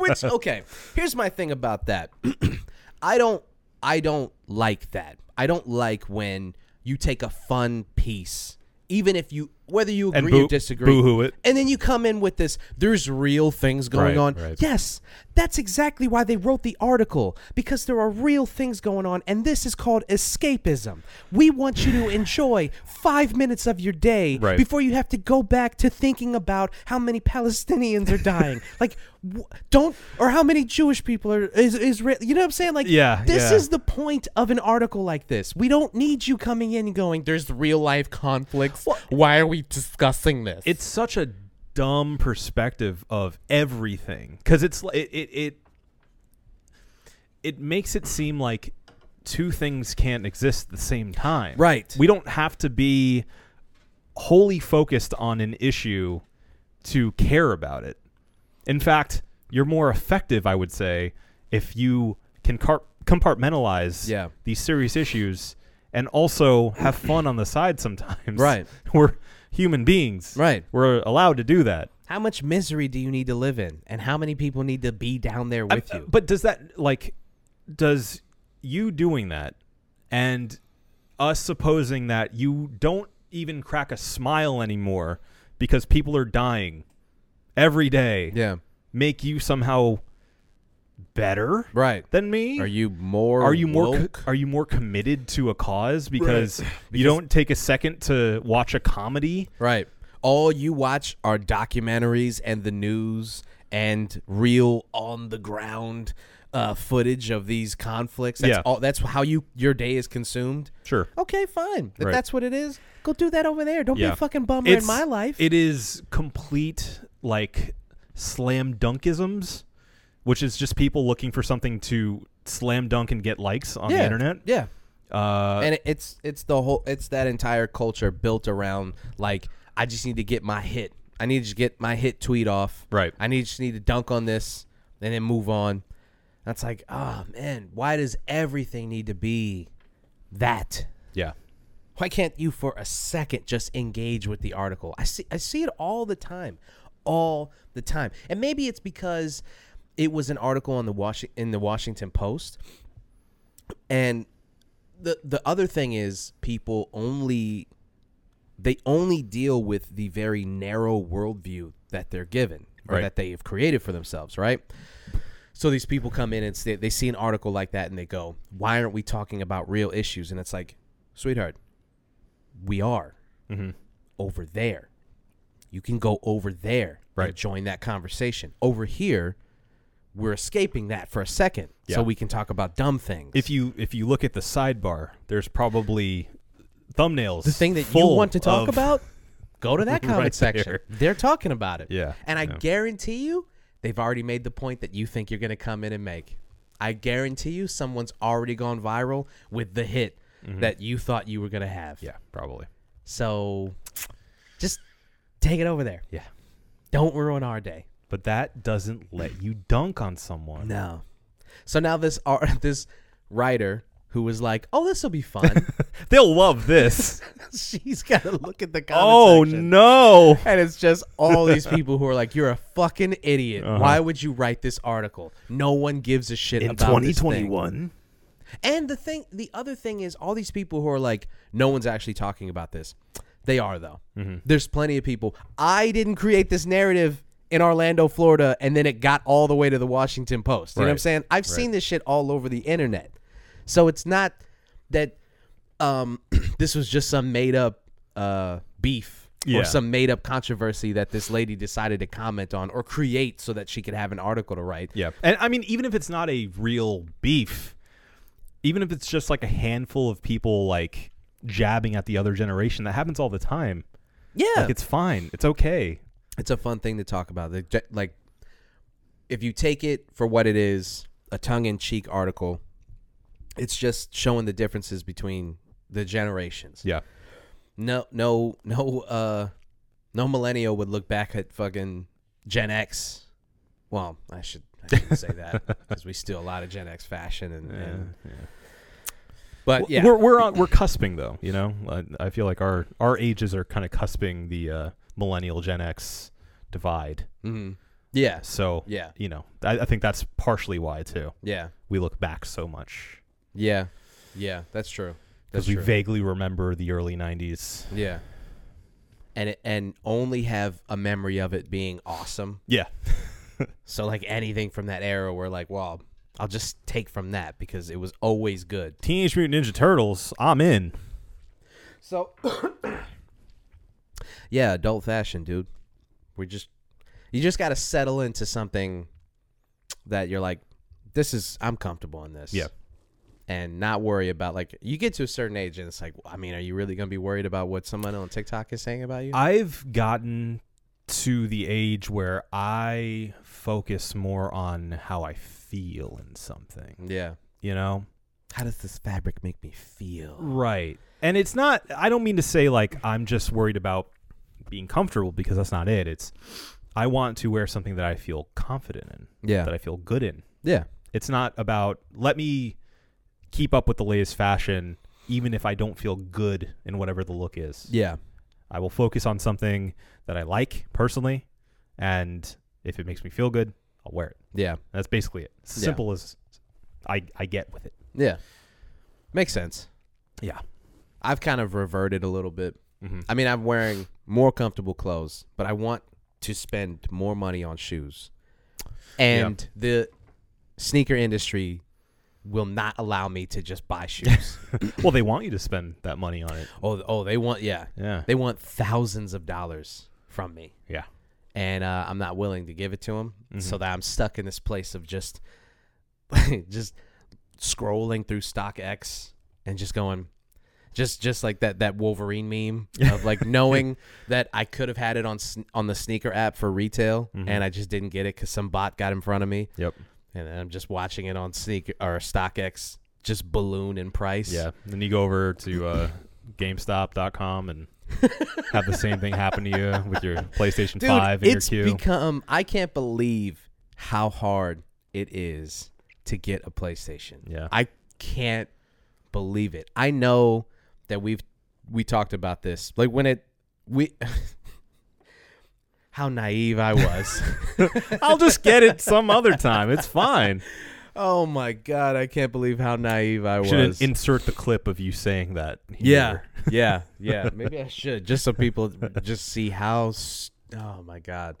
Which okay, here's my thing about that. I don't I don't like that. I don't like when you take a fun piece even if you whether you agree
And
or
boo,
disagree
boo-hoo it.
and then you come in with this there's real things going
Right,
on.
right.
Yes, that's exactly why they wrote the article because there are real things going on and this is called escapism. We want you to enjoy 5 minutes of your day
Right.
before you have to go back to thinking about how many Palestinians are dying. like w- don't or how many Jewish people are is Israel. You know what I'm saying? Like
Yeah,
this
yeah.
is the point of an article like this. We don't need you coming in and going there's real life conflicts. Why are we discussing this?
it's such a dumb perspective of everything because it's li- it, it it it makes it seem like two things can't exist at the same time
Right.
we don't have to be wholly focused on an issue to care about it in fact you're more effective i would say if you can car- compartmentalize
Yeah.
these serious issues and also have fun on the side sometimes
Right.
we're human beings
Right.
we're allowed to do that.
How much misery do you need to live in, and how many people need to be down there with
I-
you?
uh, But does that like does you doing that and us supposing that you don't even crack a smile anymore because people are dying every day
yeah,
make you somehow better
right.
than me?
Are you more?
are you more co-
woke?
are you more committed to a cause because, you don't take a second to watch a comedy?
right. All you watch are documentaries and the news and real on the ground uh, footage of these conflicts. That's
Yeah.
all. That's how you your day is consumed.
Sure.
Okay, fine. If
Right.
that's what it is, go do that over there. Don't be
Yeah.
a fucking bummer in
It's-
my life.
It is complete like slam dunkisms, which is just people looking for something to slam dunk and get likes on the internet.
Yeah.
Uh,
and it- it's it's the whole it's that entire culture built around like I just need to get my hit. I need to get my hit tweet off.
Right.
I need just need to dunk on this and then move on. That's like, oh man, why does everything need to be that?
yeah.
Why can't you for a second just engage with the article? I see I see it all the time. All the time. And maybe it's because it was an article on the Washi- in the Washington Post. And the the other thing is people only they only deal with the very narrow worldview that they're given or
Right.
that they have created for themselves, right? So these people come in and say, they see an article like that and they go, "Why aren't we talking about real issues?" And it's like, "Sweetheart, we are
Mm-hmm.
over there. You can go over there
Right.
and join that conversation. Over here, we're escaping that for a second,
Yeah.
so we can talk about dumb things.
If you if you look at the sidebar, there's probably thumbnails.
the thing that you
full
want to talk
of-
about, go to that comment
Right
section.
there.
They're talking about it.
Yeah,
And I
yeah.
guarantee you, they've already made the point that you think you're going to come in and make. I guarantee you, someone's already gone viral with the hit that you thought you were going to have.
Mm-hmm. Yeah, probably.
So just take it over there.
Yeah.
Don't ruin our day.
But that doesn't let you dunk on someone.
No. So now this ar- this writer who was like, "Oh, this will be fun."
They'll love this.
She's got to look at the comment
oh
section.
no.
And it's just all these people who are like, "You're a fucking idiot.
Uh-huh.
Why would you write this article? No one gives a shit about this thing." And the thing, the other thing is, all these people who are like, no one's actually talking about this. They are though.
Mm-hmm.
There's plenty of people. I didn't create this narrative in Orlando, Florida, and then it got all the way to the Washington Post. You know what I'm
Right.
saying? I've seen this shit all over the internet. So it's not that um, this was just some made up uh, beef
Yeah.
or some made up controversy that this lady decided to comment on or create so that she could have an article to write.
Yeah. And I mean, even if it's not a real beef, even if it's just like a handful of people like jabbing at the other generation, that happens all the time.
Yeah.
Like it's fine. It's okay.
it's a fun thing to talk about. The ge- Like, if you take it for what it is, a tongue in cheek article, it's just showing the differences between the generations.
Yeah.
No, no, no, uh, no millennial would look back at fucking Gen X. Well, I should I shouldn't say that because we steal a lot of Gen X fashion and, and but Uh, yeah,
Uh, We're we're on, we're cusping though, you know. I, I feel like our our ages are kind of cusping the uh, millennial Gen X divide.
mhm. yeah,
So
Yeah.
you know, I, I think that's partially why too.
yeah,
We look back so much
yeah, yeah. That's true. That's
because we
true.
vaguely remember the early '90s.
Yeah. And it, and only have a memory of it being awesome.
Yeah,
So like anything from that era, we're like, well, I'll just take from that because it was always good.
Teenage Mutant Ninja Turtles. I'm in.
So yeah, adult fashion, dude. We just you just got to settle into something that you're like, this is I'm comfortable in this.
Yeah.
And not worry about like you get to a certain age and it's like, I mean, are you really gonna be worried about what someone on TikTok is saying about you?
I've gotten to the age where I focus more on how I feel in something.
yeah.
You know.
How does this fabric make me feel?
Right. And it's not I don't mean to say like I'm just worried about being comfortable because that's not it. It's I want to wear something that I feel confident in,
Yeah.
that I feel good in.
Yeah.
It's not about let me keep up with the latest fashion even if I don't feel good in whatever the look is.
Yeah.
I will focus on something that I like personally and if it makes me feel good, I'll wear it.
Yeah.
That's basically it. It's as
Yeah.
simple as I I get with it.
Yeah. Makes sense.
Yeah.
I've kind of reverted a little bit.
Mhm.
I mean, I'm wearing more comfortable clothes, but I want to spend more money on shoes. And the sneaker industry will not allow me to just buy shoes.
well, they want you to spend that money on it.
oh, oh, they want yeah.
Yeah.
They want thousands of dollars from me.
Yeah.
and uh, I'm not willing to give it to him,
Mm-hmm.
so that I'm stuck in this place of just, just scrolling through StockX and just going, just just like that that Wolverine meme of like knowing that I could have had it on sn- on the sneaker app for retail,
Mm-hmm.
and I just didn't get it because some bot got in front of me,
Yep.
and then I'm just watching it on sneaker or StockX just balloon in price.
Yeah. Then you go over to uh, GameStop.com and have the same thing happen to you with your PlayStation
Dude,
5 and your
it's
queue.
become. I can't believe how hard it is to get a PlayStation.
Yeah.
I can't believe it. I know that we've we talked about this. Like when it we how naive I was.
I'll just get it some other time. It's fine.
oh my god, I can't believe how naive I
Should
was.
insert the clip of you saying that.
yeah.
here.
Yeah. Yeah. Maybe I should just so people just see how s- oh my god.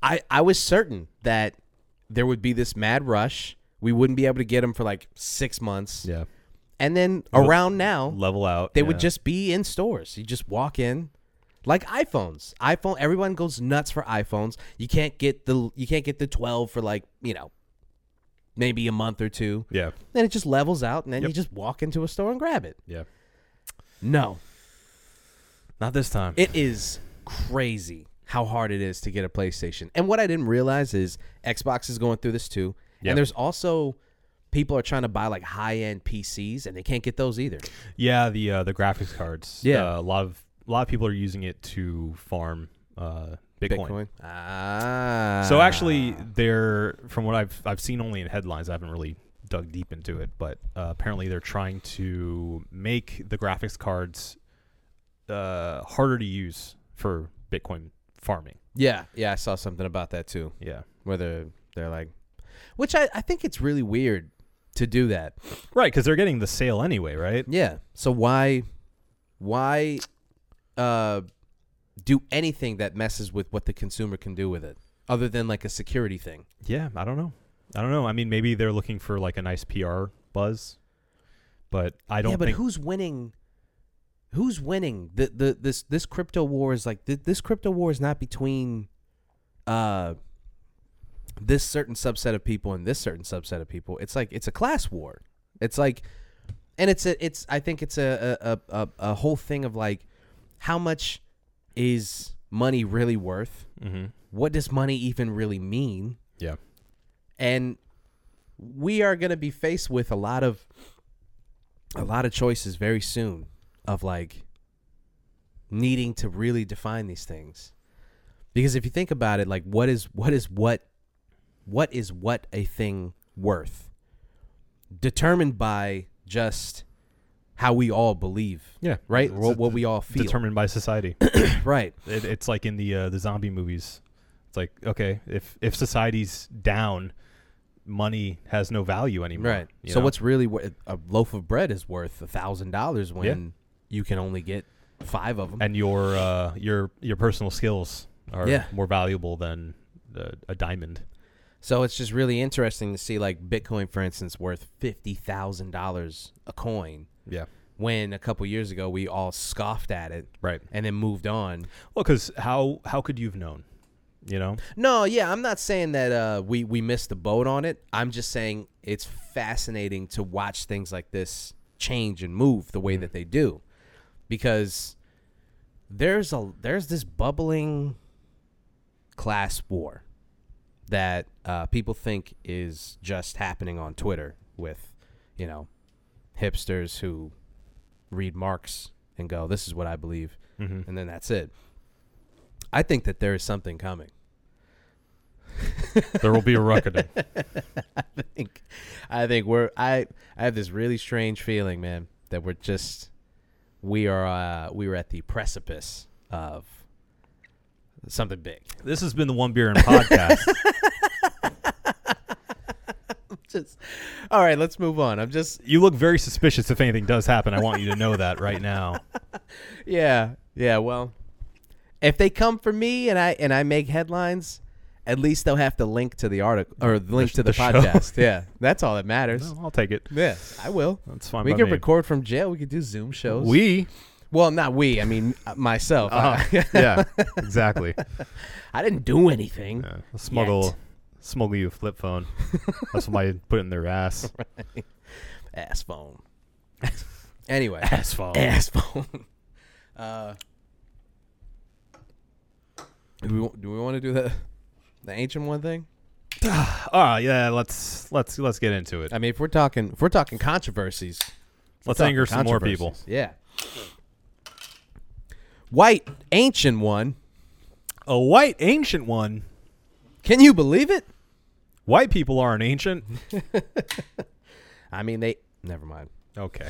I I was certain that there would be this mad rush. We wouldn't be able to get them for like 6 months.
Yeah.
And then
Le-
around now,
Level out.
They
yeah.
would just be in stores. You just walk in, like iPhones. iPhone. Everyone goes nuts for iPhones. You can't get the you can't get the 12 for like you know, maybe a month or two.
Yeah.
Then it just levels out, and then you
Yep.
just walk into a store and grab it.
Yeah.
No,
Not this time.
it is crazy how hard it is to get a PlayStation. And what I didn't realize is Xbox is going through this too.
Yeah.
And there's also people are trying to buy like high end PCs, and they can't get those either.
yeah. The uh, the graphics cards.
Yeah.
Uh, a lot of a lot of people are using it to farm uh, Bitcoin.
Ah.
So actually, they're from what I've I've seen only in headlines. I haven't really dug deep into it, but uh, apparently they're trying to make the graphics cards uh, harder to use for Bitcoin farming.
Yeah, yeah, I saw something about that too.
Yeah.
Where they're, they're like, which I, I think it's really weird to do that.
Right, because they're getting the sale anyway, right?
Yeah. So why, why, uh, do anything that messes with what the consumer can do with it, other than like a security thing?
Yeah, I don't know. I don't know. I mean, maybe they're looking for like a nice PR buzz, but I don't
yeah, but
think.
who's winning? Who's winning? The the this this crypto war is like th- this crypto war is not between, uh, this certain subset of people and this certain subset of people. It's like it's a class war. It's like, and it's a it's I think it's a a a, a, a whole thing of like, how much is money really worth?
mm-hmm.
What does money even really mean?
Yeah.
and we are going to be faced with a lot of a lot of choices very soon of like needing to really define these things because if you think about it like what is what is what what is what a thing worth determined by just how we all believe
Yeah.
right
It's
what, what we all feel
Determined by society.
right
it, it's like in the uh, the zombie movies. It's like okay, if if society's down, money has no value anymore.
right
you
so
know?
what's really wor- a loaf of bread is worth a thousand dollars when you can only get five of them
and your uh, your your personal skills are
Yeah.
more valuable than uh, a diamond.
So it's just really interesting to see like Bitcoin, for instance, worth fifty thousand dollars a coin,
Yeah.
when a couple years ago we all scoffed at it
Right.
and then moved on.
Well, because how how could you've known? You know.
No, yeah, I'm not saying that uh, we we missed the boat on it. I'm just saying it's fascinating to watch things like this change and move the way that they do, because there's a there's this bubbling class war that uh, people think is just happening on Twitter with, you know, hipsters who read Marx and go, "This is what I believe,"
Mhm.
and then that's it. I think that there is something coming.
There will be a reckoning.
I think I think we're I I have this really strange feeling, man, that we're just we are uh we were at the precipice of something big.
this has been the One Beer and Podcast.
Just all right, let's move on. I'm just
you look very suspicious if anything does happen. I want you to know that right now.
yeah, yeah, well if they come for me and I and I make headlines, at least they'll have to link to the article or link to the,
the show.
podcast. Yeah. That's all that matters.
No, I'll take it.
Yeah, I will.
That's fine.
we
by
could
me.
record from jail. We could do Zoom shows.
We.
well, not we. I mean uh, myself.
Uh-huh. yeah. Exactly.
I didn't do anything.
Yeah, I'll smuggle
Yet.
smuggle you a flip phone. That's somebody put it in their ass.
Ass phone. anyway,
Ass phone.
ass phone. Uh, do we wa- do we want to do the the ancient one thing?
All right, Ah, yeah, let's let's let's get into it.
I mean, if we're talking if we're talking controversies, we're
Let's
talking
anger some more people.
controversies. Yeah. White ancient one.
A white ancient one.
Can you believe it?
White people aren't ancient.
I mean, they. Never mind.
Okay.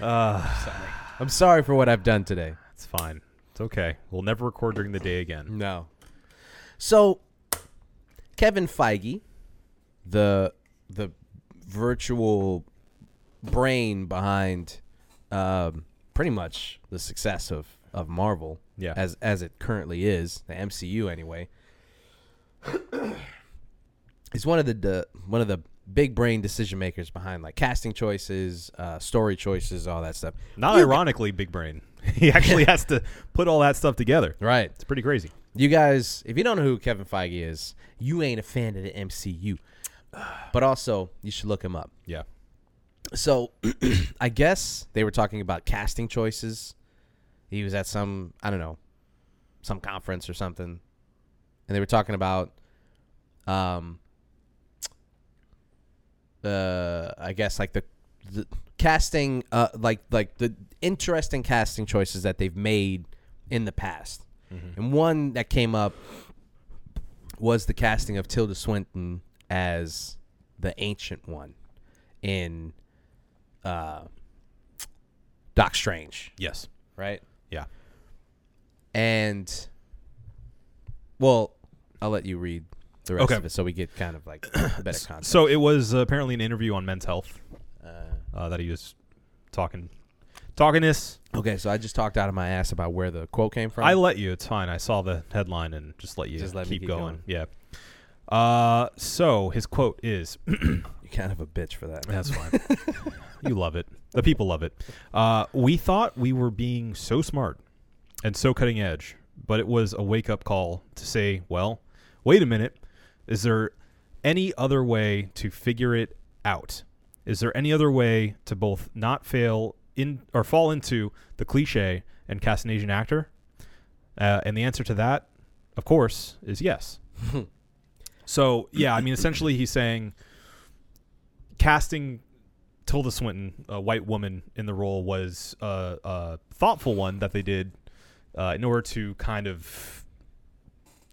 I'm sorry for what I've done today.
It's fine. It's okay. We'll never record during the day again.
No. So Kevin Feige, the the virtual brain behind um, pretty much the success of of Marvel,
Yeah.
as as it currently is, the MCU anyway. He's one of the, the one of the big brain decision makers behind like casting choices, uh, story choices, all that stuff.
Not ironically big brain. He actually has to put all that stuff together.
Right.
It's pretty crazy.
You guys, if you don't know who Kevin Feige is, you ain't a fan of the MCU. But also, you should look him up.
Yeah.
So, I guess they were talking about casting choices. He was at some, I don't know, some conference or something. And they were talking about um uh I guess like the, the casting uh like like the interesting casting choices that they've made in the past. And one that came up was the casting of Tilda Swinton as the ancient one in uh, Doc Strange,
Yes.
right?
Yeah.
And well, I'll let you read the rest
Okay.
of it so we get kind of like better context.
So it was uh, apparently an interview on Men's Health uh, that he was talking talking this.
okay, so I just talked out of my ass about where the quote came from.
I let you. It's fine. I saw the headline and just let you
Just let me
keep,
keep
going.
going.
Yeah. Uh, so his quote is
You're kind of a bitch for that.
That's fine. you love it. The people love it. Uh, we thought we were being so smart and so cutting edge, but it was a wake up call to say, well, wait a minute. Is there any other way to figure it out? Is there any other way to both not fail in or fall into the cliche and cast an Asian actor? Uh, and the answer to that, of course, is yes. so, yeah, I mean, essentially, he's saying casting Tilda Swinton, a white woman, in the role was uh, a thoughtful one that they did uh, in order to kind of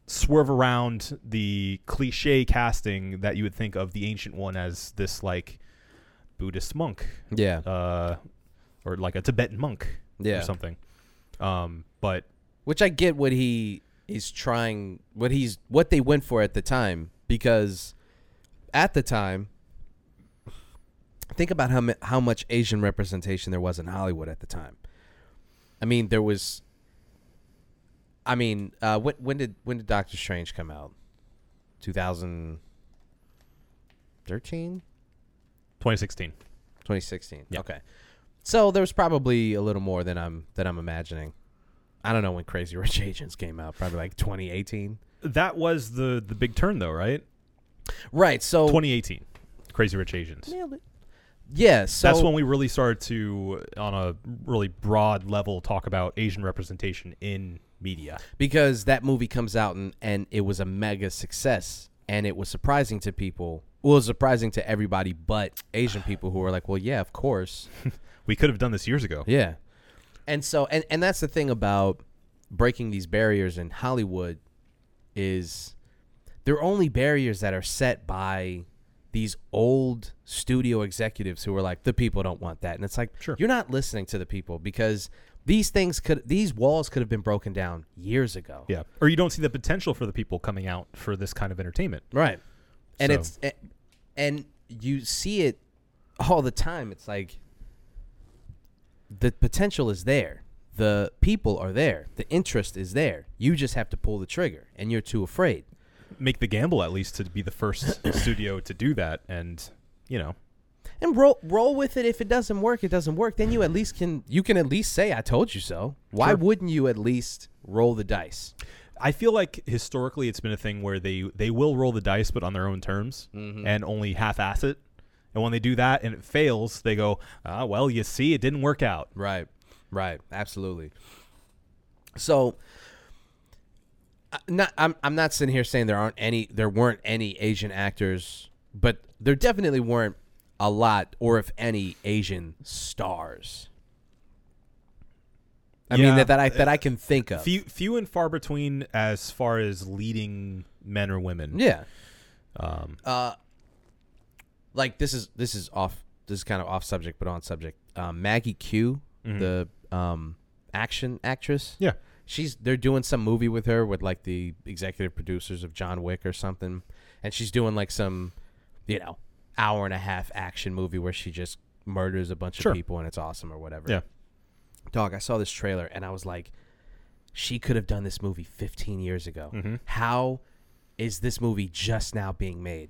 swerve around the cliche casting that you would think of the ancient one as this like Buddhist monk
Yeah.
uh, or like a Tibetan monk
Yeah.
or something. Um, but
Which I get what he is trying, what he's, what they went for at the time, because at the time, think about how mu- how much Asian representation there was in Hollywood at the time. I mean, there was. I mean, uh, when when did when did Doctor Strange come out? Two thousand thirteen.
2016.
2016.
Yeah.
Okay. So there was probably a little more than I'm than I'm imagining. I don't know when Crazy Rich Asians came out, probably like 2018.
That was the the big turn though, right?
Right. So
2018. Crazy Rich Asians.
Nailed it. Yeah, so
that's when we really started to on a really broad level talk about asian representation in media
because that movie comes out and, and it was a mega success and it was surprising to people. Well, it was surprising to everybody but Asian people who were like, "Well, yeah, of course."
we could have done this years ago
Yeah. And so and, and that's the thing about breaking these barriers in Hollywood is they're only barriers that are set by these old studio executives who are like, the people don't want that. And it's like
Sure.
you're not listening to the people because these things could these walls could have been broken down years ago.
yeah or you don't see the potential for the people coming out for this kind of entertainment
Right. And
So-
it's a- and you see it all the time. It's like the potential is there. The people are there. The interest is there. You just have to pull the trigger and you're too afraid.
make the gamble at least to be the first studio to do that and you know
And roll roll with it if it doesn't work, it doesn't work. Then you at least can you can at least say I told you so. Why
Sure.
wouldn't you at least roll the dice?
i feel like historically it's been a thing where they they will roll the dice but on their own terms
Mm-hmm.
and only half-ass it and when they do that and it fails they go ah well you see it didn't work out
Right. Right. Absolutely. So I- not I'm I'm not sitting here saying there aren't any there weren't any Asian actors, but there definitely weren't a lot or if any Asian stars. I
Yeah.
mean that, that I that I can think of.
few few and far between as far as leading men or women.
Yeah.
Um,
Uh like this is this is off this is kind of off subject but on subject. Um, Maggie Q, the um action actress.
yeah.
she's they're doing some movie with her with like the executive producers of John Wick or something, and she's doing like some, you know, hour and a half action movie where she just murders a bunch
Sure.
of people and it's awesome or whatever.
Yeah.
Dog, I saw this trailer and I was like, she could have done this movie 15 years ago. How is this movie just now being made?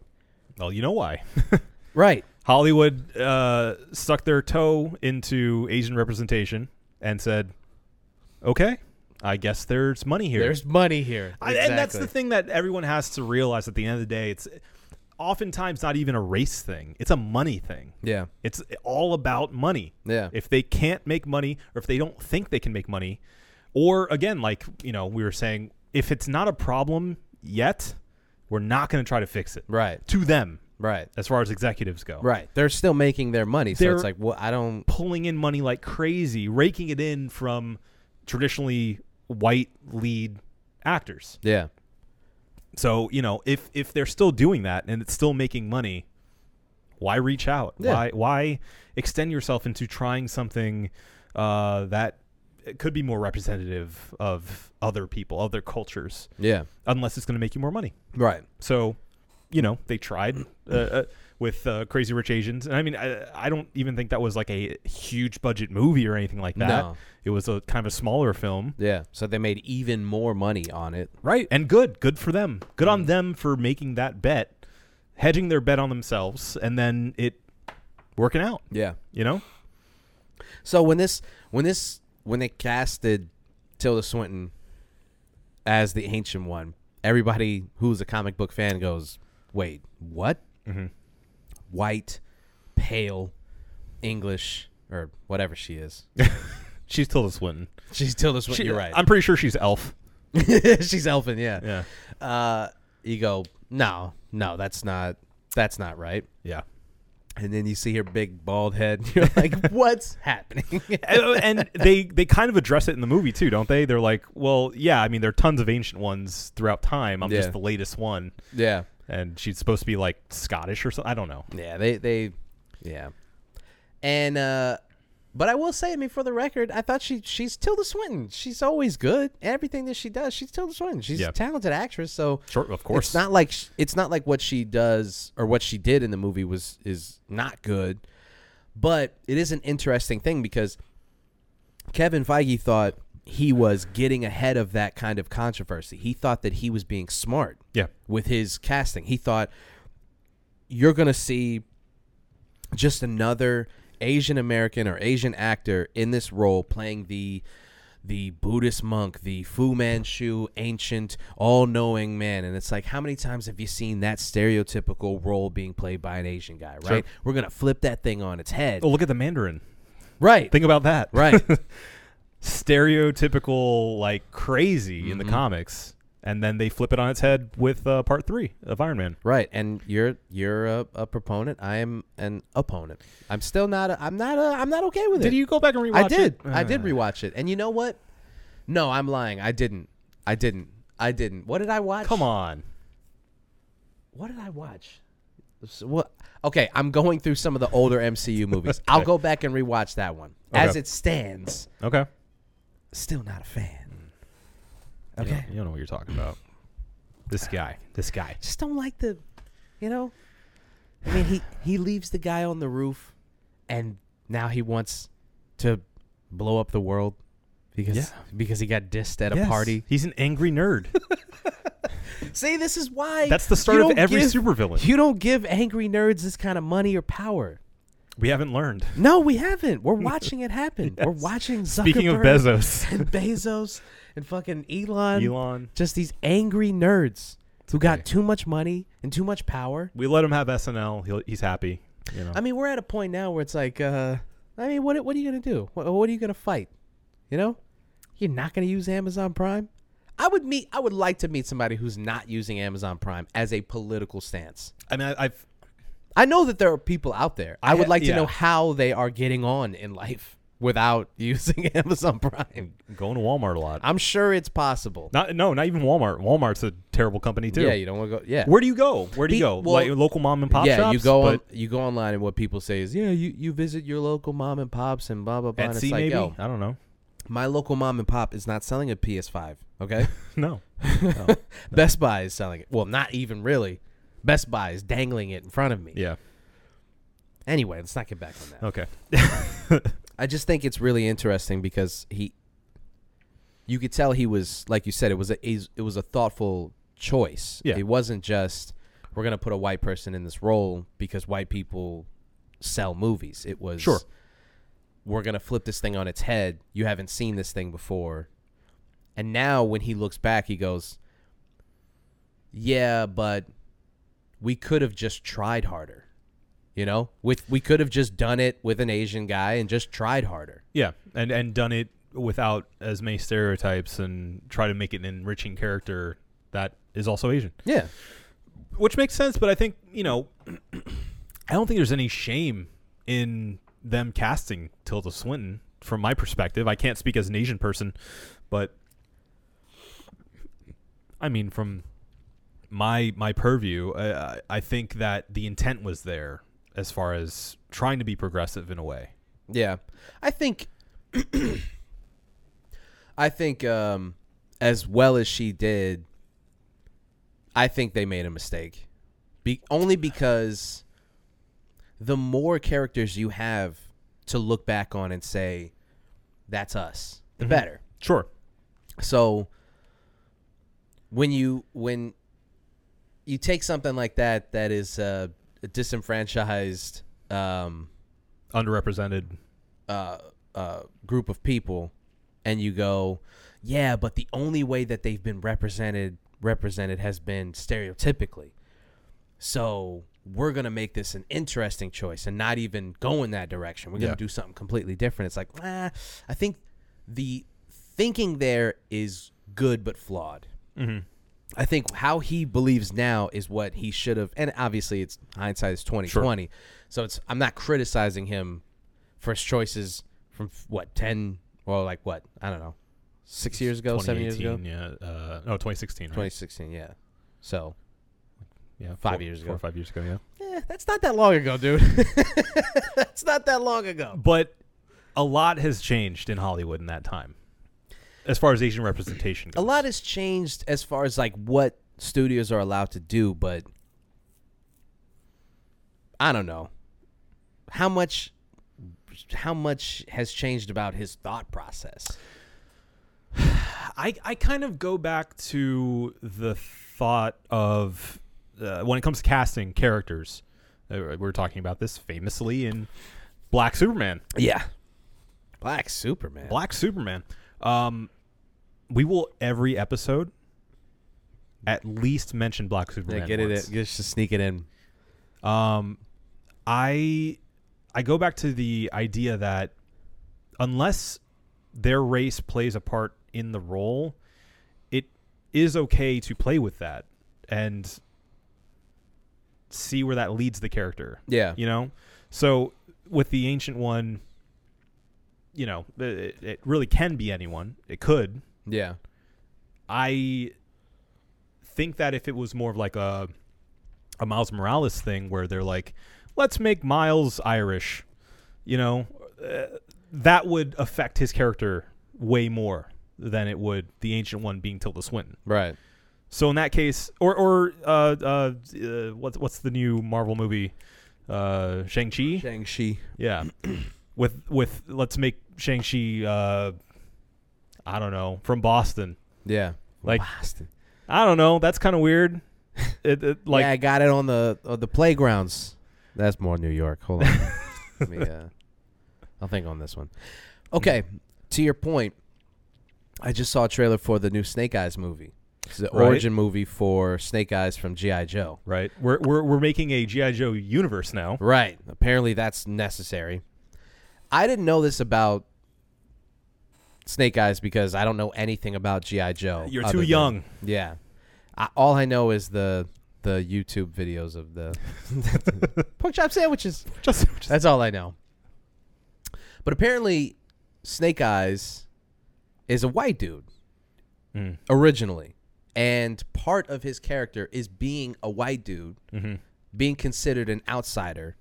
Well, you know why.
Right.
Hollywood uh, stuck their toe into Asian representation and said, "Okay, I guess there's money here."
There's money here.
I- And that's the thing that everyone has to realize at the end of the day. It's oftentimes not even a race thing; it's a money thing.
Yeah.
It's all about money.
Yeah.
If they can't make money or if they don't think they can make money, or again, like, you know, we were saying, if it's not a problem yet, we're not going to try to fix it.
Right.
To them,
Right.
as far as executives go.
Right. They're still making their money. So
They're-
it's like, well, I don't.
Pulling in money like crazy, raking it in from traditionally white lead actors.
Yeah.
So you know, if if they're still doing that and it's still making money, why reach out?
Yeah.
Why why extend yourself into trying something uh, that it could be more representative of other people, other cultures,
Yeah.
unless it's going to make you more money.
Right.
So, you know, they tried uh, uh, with uh, Crazy Rich Asians, and I mean, I, I don't even think that was like a huge budget movie or anything like that.
No.
It was a kind of a smaller film,
Yeah. So they made even more money on it.
right? Mm. And good, good for them. Good on them for making that bet, hedging their bet on themselves, and then it working out.
Yeah.
You know,
So when this when this when they casted Tilda Swinton as the ancient one, everybody who's a comic book fan goes, "Wait, what?"
Mhm.
White, pale, English, or whatever she is.
she's Tilda Swinton.
She's Tilda Swinton.
She-
you're right.
I'm pretty sure she's Elf.
She's elfin. Yeah.
Yeah,
Uh, you go. No, no, that's not. That's not right.
yeah.
And then you see her big bald head. You're like, what's happening?
and, oh, and they they kind of address it in the movie too, don't they? They're like, well, yeah, I mean, there are tons of ancient ones throughout time. I'm
Yeah.
just the latest one,
yeah.
and she's supposed to be like Scottish or something. I don't know.
Yeah, they they yeah. And uh but I will say, I mean, for the record, I thought she she's Tilda Swinton. She's always good. Everything that she does, she's Tilda Swinton. She's
Yeah.
a talented actress, so
Sure, of course.
it's not like sh- it's not like what she does or what she did in the movie was is not good. But it is an interesting thing because Kevin Feige thought he was getting ahead of that kind of controversy. He thought that he was being smart
Yeah,
with his casting. He thought you're going to see just another Asian American or Asian actor in this role playing the the Buddhist monk, the Fu Manchu, ancient, all-knowing man, and it's like, how many times have you seen that stereotypical role being played by an Asian guy?
Sure.
Right? We're gonna flip that thing on its head.
oh, look at the Mandarin.
right.
Think about that.
right.
Stereotypical, like crazy in the
Mm-hmm.
comics, and then they flip it on its head with uh, part three of Iron Man.
Right, and you're you're a, a proponent. I am an opponent. I'm still not. A, I'm not. A, I'm not okay with it.
Did you go back and rewatch?
I did.
It?
I did rewatch it. And you know what? No, I'm lying. I didn't. I didn't. I didn't. What did I watch?
Come on.
What did I watch? S- What? Okay, I'm going through some of the older MCU movies. I'll go back and rewatch that one. As
Okay.
it stands,
Okay.
still not a fan.
You
Okay.
don't, you don't know what you're talking about. This guy. This guy.
Just don't like the, you know. I mean, he he leaves the guy on the roof, and now he wants to blow up the world because
Yeah.
because he got dissed at a
Yes.
party.
He's an angry nerd.
See, this is why
That's the start
you
of
don't
every
give-
supervillain.
You don't give angry nerds this kind of money or power.
We haven't learned.
No, we haven't. We're watching it happen. We're watching Zuckerberg
Speaking of Bezos,
and Bezos and fucking Elon,
Elon,
just these angry nerds who got too much money and too much power.
we let him have SNL. He'll, he's happy. You know,
I mean, we're at a point now where it's like, uh, I mean, what what are you gonna do? What, what are you gonna fight? You know, you're not gonna use Amazon Prime. I would meet. I would like to meet somebody who's not using Amazon Prime as a political stance.
I mean, I, I've
I know that there are people out there. I would
I-
like to
yeah.
know how they are getting on in life without using Amazon Prime.
going to Walmart a lot.
I'm sure it's possible.
Not no, not even Walmart. Walmart's a terrible company too.
Yeah, you don't want to go. Yeah,
Where do you go? Where do you
Be-
go?
well-
like local mom and pop
yeah.
shops.
you go on,
but
you go online, and what people say is, yeah, you, you visit your local mom and pops and blah blah blah. and
Etsy
it's like,
maybe.
yo,
I don't know.
my local mom and pop is not selling a PS5. Okay,
No.
Best Buy is selling it. Well, not even really. Best Buy is dangling it in front of me.
Yeah.
Anyway, let's not get back on that.
Okay.
I just think it's really interesting because he, you could tell he was like you said, it was a is- it was a thoughtful choice.
Yeah.
it wasn't just we're gonna put a white person in this role because white people sell movies. It was
Sure.
We're gonna flip this thing on its head. You haven't seen this thing before, and now when he looks back, he goes, "Yeah, but we could have just tried harder." You know, with we could have just done it with an Asian guy and just tried harder.
Yeah, and and done it without as many stereotypes and try to make it an enriching character that is also Asian.
Yeah.
which makes sense. But I think you know, I don't think there's any shame in them casting Tilda Swinton from my perspective. I can't speak as an Asian person, but I mean, from my my purview, uh, I think that the intent was there as far as trying to be progressive in a way.
Yeah, I think, I think um, as well as she did, I think they made a mistake, be- only because the more characters you have to look back on and say, "That's us," the better.
Sure.
So when you when you take something like that that is uh, a disenfranchised um,
Underrepresented.
uh, uh, group of people and you go, yeah, but the only way that they've been represented represented has been stereotypically. So we're gonna make this an interesting choice and not even go in that direction. We're gonna
Yeah.
do something completely different. It's like, ah, I think the thinking there is good but flawed. I think how he believes now is what he should have, and obviously it's hindsight is twenty twenty. So it's I'm not criticizing him for his choices from what ten or like what I don't know, six years ago, seven years ago,
2018, Yeah. Uh, no, 2016. Right?
twenty sixteen. Yeah, so
yeah,
five
four-
years
Four
ago.
or five years ago. Yeah.
eh, that's not that long ago, dude. that's not that long ago.
But a lot has changed in Hollywood in that time, as far as Asian representation
A
goes.
lot has changed as far as like what studios are allowed to do, but I don't know how much how much has changed about his thought process.
I, I kind of go back to the thought of uh, when it comes to casting characters. Uh, we were talking about this famously in Black Superman.
Yeah, Black Superman.
Black Superman. Um, we will every episode at least mention Black Superman.
Yeah, get it?
once.
in- Just to sneak it in.
Um, I I go back to the idea that unless their race plays a part in the role, it is okay to play with that and see where that leads the character.
Yeah.
You know, so with the ancient one, you know, it, it really can be anyone. It could.
Yeah.
I think that if it was more of like a a Miles Morales thing where they're like, let's make Miles Irish, you know, uh, that would affect his character way more than it would the ancient one being Tilda Swinton.
Right.
So in that case, or or uh, uh, uh, what's what's the new Marvel movie, uh, Shang Chi?
Shang Chi.
Yeah, with with let's make Shang Chi. Uh, I don't know from Boston.
Yeah.
Like-
Boston.
I don't know. That's kind of weird. It, it, like
yeah, I got it on the on the playgrounds. That's more New York. Hold on. Let me. Uh, I'll think on this one. Okay, to your point, I just saw a trailer for the new Snake Eyes movie. It's the
Right.
origin movie for Snake Eyes from GI Joe.
right, we're we're we're making a GI Joe universe now.
Right. Apparently, that's necessary. I didn't know this about Snake Eyes because I don't know anything about GI Joe.
Oh, You're
other
too
than-
young.
yeah. I, all I know is the the YouTube videos of the pork chop sandwiches.
Just, just-
That's all I know. But apparently, Snake Eyes is a white dude
Mm.
originally, and part of his character is being a white dude,
Mm-hmm.
being considered an outsider,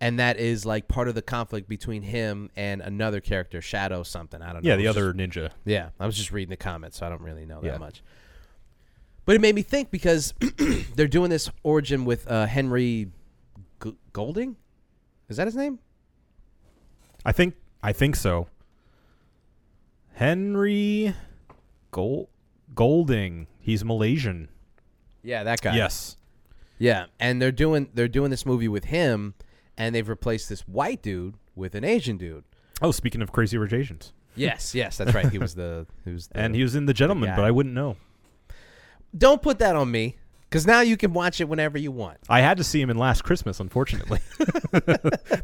and that is like part of the conflict between him and another character, Shadow something. I don't know.
yeah, the
It's just-
other ninja.
yeah, I was just reading the comments, so I don't really know that
Yeah.
much. But it made me think because they're doing this origin with uh, Henry G- Golding. Is that his name?
I think I think so. Henry Gold Golding. He's Malaysian.
Yeah, that guy.
Yes.
Yeah, and they're doing they're doing this movie with him, and they've replaced this white dude with an Asian dude.
Oh, speaking of crazy rich Asians,
Yes, yes, that's right. He was the he was the,
and he was in the gentleman,
guy.
but I wouldn't know.
Don't put that on me, because now you can watch it whenever you want.
I had to see him in Last Christmas, unfortunately.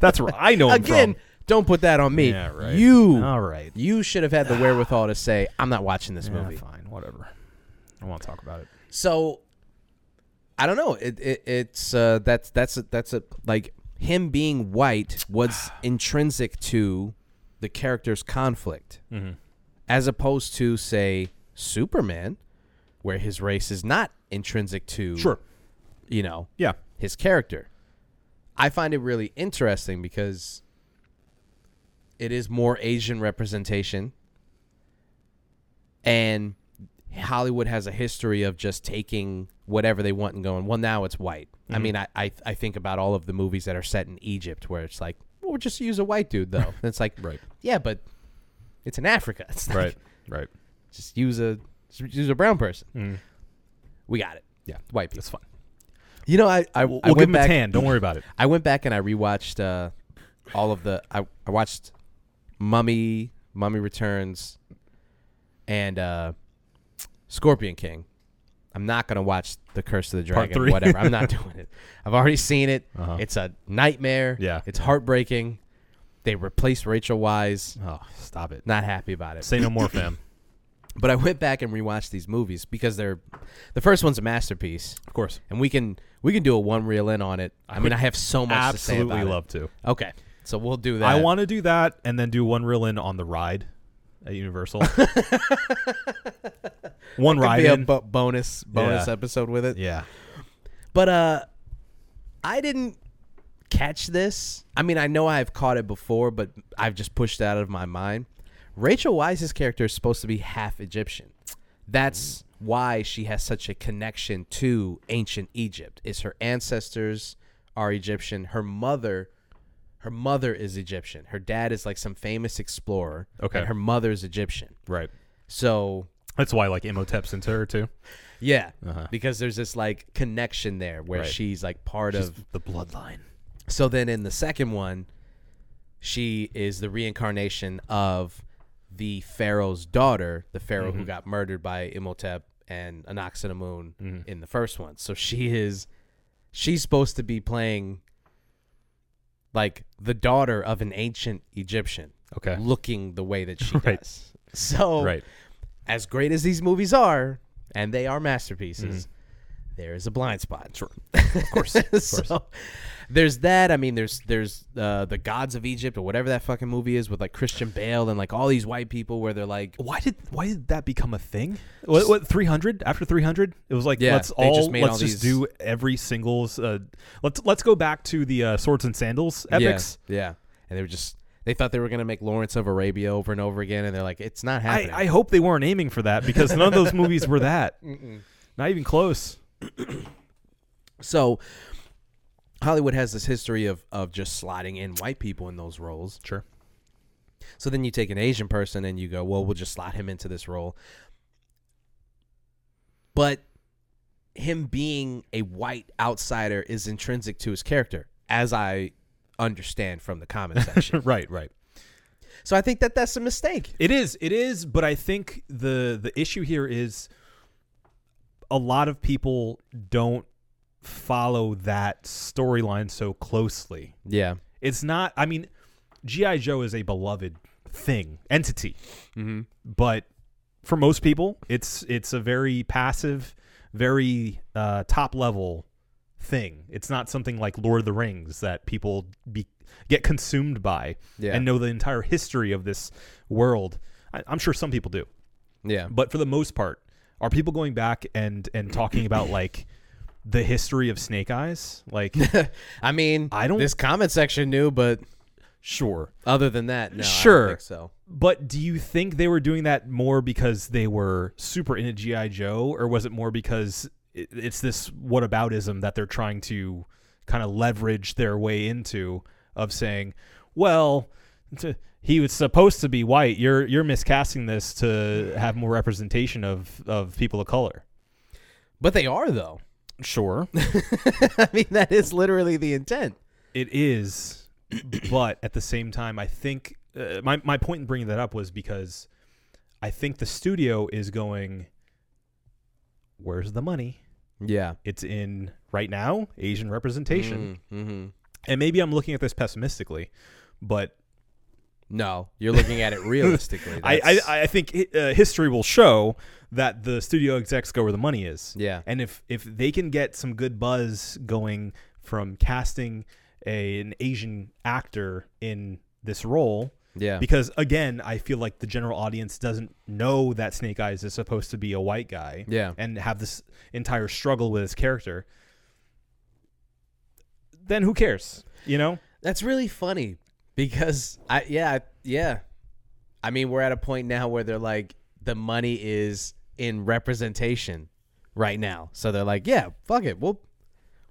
That's where I know him
Again,
from.
don't put that on me.
Yeah, right.
You
All right.
you should have had the wherewithal to say I'm not watching this
Yeah,
movie.
fine, whatever. I want to talk about it.
So I don't know. It, it it's uh, that's that's a, that's a like him being white was intrinsic to the character's conflict, as opposed to say Superman, where his race is not intrinsic to
Sure.
you know
Yeah.
his character. I find it really interesting because it is more Asian representation. And Hollywood has a history of just taking whatever they want and going, well, now it's white.
Mm-hmm.
I mean, I, I, I think about all of the movies that are set in Egypt where it's like, well, we'll just use a white dude, though. and it's like,
Right.
yeah, but it's in Africa. It's like,
Right. Right.
Just use a, just use a brown person.
Mm.
We got it.
Yeah.
White people.
That's fine.
You know, I, I,
We'll,
I
we'll
went
give him
back,
a tan. Don't worry about it.
I went back and I rewatched uh, all of the. I, I watched Mummy, Mummy Returns, and uh, Scorpion King. I'm not gonna watch The Curse of the
Part
Dragon.
three.
Whatever. I'm not doing it. I've already seen it.
Uh-huh.
It's a nightmare.
Yeah.
It's heartbreaking. They replaced Rachel Wise.
Oh, stop it.
Not happy about it.
Say no more, fam.
But I went back and rewatched these movies because they're the first one's a masterpiece,
Of course.
and we can we can do a one reel in on it. I mean, I have so much to say
Absolutely
about it.
love to.
Okay, so we'll do that.
I want to do that and then do one reel in on the ride at Universal. one
Could
ride
be a
in.
bo- bonus bonus
Yeah.
episode with it.
yeah.
But uh, I didn't catch this. I mean, I know I've caught it before, but I've just pushed it out of my mind. Rachel Wise's character is supposed to be half Egyptian.
Mm.
That's why she has such a connection to ancient Egypt. Is her ancestors are Egyptian. Her mother, her mother is Egyptian. Her dad is like some famous explorer.
Okay.
And her mother's Egyptian.
Right.
So
That's why I like Imhotep's into her too.
Yeah,
Uh-huh.
because there's this like connection there where
Right.
she's like part of.
the bloodline.
So then in the second one, she is the reincarnation of the pharaoh's daughter, the pharaoh
Mm-hmm.
who got murdered by Imhotep and Anaxenamun
Mm-hmm.
in the first one. So she is, she's supposed to be playing like the daughter of an ancient Egyptian,
Okay.
looking the way that she
Right.
does. So
Right.
as great as these movies are, and they are masterpieces,
Mm-hmm.
there is a blind spot. Sure, of course. so there's that. I mean, there's there's uh, the gods of Egypt or whatever that fucking movie is with like Christian Bale and like all these white people where they're like,
Why did why did that become a thing? What, what 300 after 300? It was like
Yeah,
let's
they
all
just made
let's
all
just
these-
do every single uh, let's let's go back to the uh, swords and sandals epics.
yeah, yeah, and they were just they thought they were gonna make Lawrence of Arabia over and over again, and they're like, it's not
I,
happening.
I hope they weren't aiming for that because none of those movies were that. Not even close.
so Hollywood has this history of of just slotting in white people in those roles.
Sure.
So then you take an Asian person and you go, well, we'll just slot him into this role. But him being a white outsider is intrinsic to his character, as I understand from the comment section.
Right, right.
so I think that that's a mistake.
It is. It is. But I think the the issue here is a lot of people don't follow that storyline so closely.
Yeah.
It's not. I mean, GI Joe is a beloved thing entity,
Mhm.
but for most people, it's it's a very passive, very uh, top level thing. It's not something like Lord of the Rings that people be, get consumed by
Yeah.
and know the entire history of this world. I, I'm sure some people do,
Yeah.
but for the most part, are people going back and and talking about like the history of Snake Eyes? Like,
I mean,
I don't-
This comment section knew, but
sure,
other than that, no. I don't
Sure.
think so
But do you think they were doing that more because they were super into GI Joe, or was it more because it- it's this whataboutism that they're trying to kind of leverage their way into of saying, well, t- he was supposed to be white. You're you're miscasting this to have more representation of of people of color.
but they are though.
Sure,
I mean, that is literally the intent.
it is, but at the same time, I think uh, my my point in bringing that up was because I think the studio is going. Where's the money?
Yeah.
It's in right now Asian representation,
Mm-hmm.
and maybe I'm looking at this pessimistically, but
No, you're looking at it realistically.
I,
That's-
I I think hi- uh, history will show that the studio execs go where the money is.
Yeah.
and if if they can get some good buzz going from casting a, an Asian actor in this role,
Yeah.
Because again, I feel like the general audience doesn't know that Snake Eyes is supposed to be a white guy.
Yeah.
And have this entire struggle with his character. Then who cares? You know?
That's really funny because I yeah, I- yeah. I mean, we're at a point now where they're like the money is in representation right now. So they're like, yeah, fuck it. We'll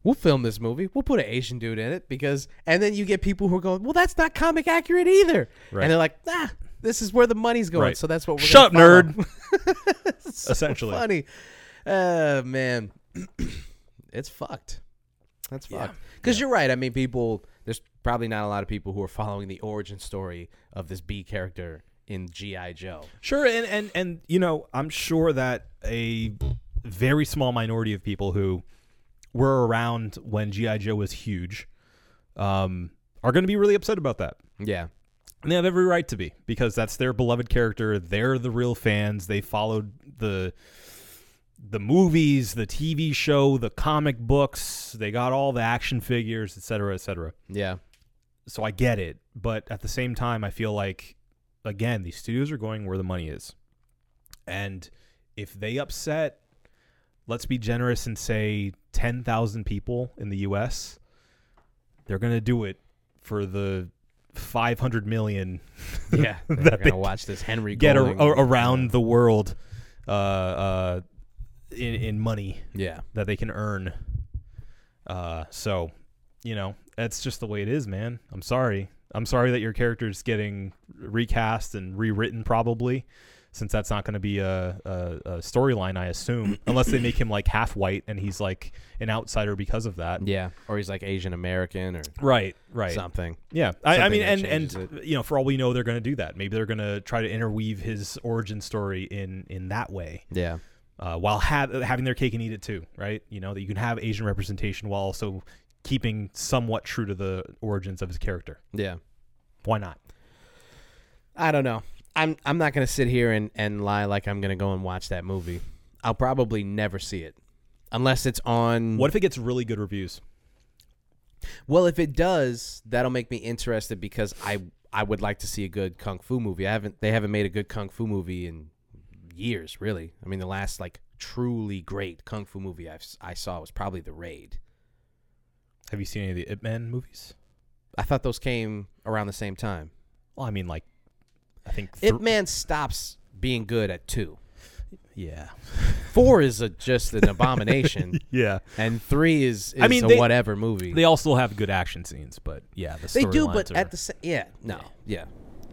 we'll film this movie. We'll put an Asian dude in it because and then you get people who are going, "Well, that's not comic accurate either."
Right.
And they're like, "Ah, this is where the money's going."
Right.
So that's what we're
Shut up,
gonna follow.
nerd. Essentially.
Funny. Oh man. it's fucked. That's fucked. Because you're right. I mean, people. There's probably not a lot of people who are following the origin story of this B character in GI Joe.
Sure, and and and you know, I'm sure that a very small minority of people who were around when GI Joe was huge um, are going to be really upset about that.
Yeah.
And they have every right to be because that's their beloved character. They're the real fans. They followed the the movies, the TV show, the comic books. They got all the action figures, et cetera, et cetera
Yeah.
so I get it, but at the same time, I feel like again these studios are going where the money is, and if they upset, let's be generous and say ten thousand people in the U.S., they're gonna do it for the five hundred million.
Yeah. They're
That
gonna
they
watch this Henry
Get a,
Golding-
a- around the world, uh, uh, in in money
Yeah.
that they can earn. Uh, so, you know, that's just the way it is, man. I'm sorry. I'm sorry that your character's getting recast and rewritten, probably, since that's not going to be a, a, a storyline, I assume, unless they make him like half white and he's like an outsider because of that.
Yeah. Or he's like Asian American or
Right, right.
something.
Yeah, I, I
Something
mean,
that
and
changes
and you know, for all we know, they're going to do that. Maybe they're going to try to interweave his origin story in in that way
Yeah.
uh, while ha- having their cake and eat it too, right? You know that you can have Asian representation while also keeping somewhat true to the origins of his character.
Yeah.
Why not?
I don't know. I'm I'm not gonna sit here and, and lie like I'm gonna go and watch that movie. I'll probably never see it. Unless it's on
What if it gets really good reviews?
Well, if it does, that'll make me interested because I I would like to see a good kung fu movie. I haven't they haven't made a good kung fu movie in years, really. I mean, the last like truly great kung fu movie I've, si saw was probably The Raid.
Have you seen any of the Ip Man movies?
I thought those came around the same time.
Well, I mean, like, I think
Ip Man stops being good at 2.
yeah,
4 is a, just an abomination
yeah.
and 3 is, is
I mean,
a
they-
whatever movie.
They all still have good action scenes, but yeah, the
They do,
storylines
but
are-
at the same, yeah, no, yeah.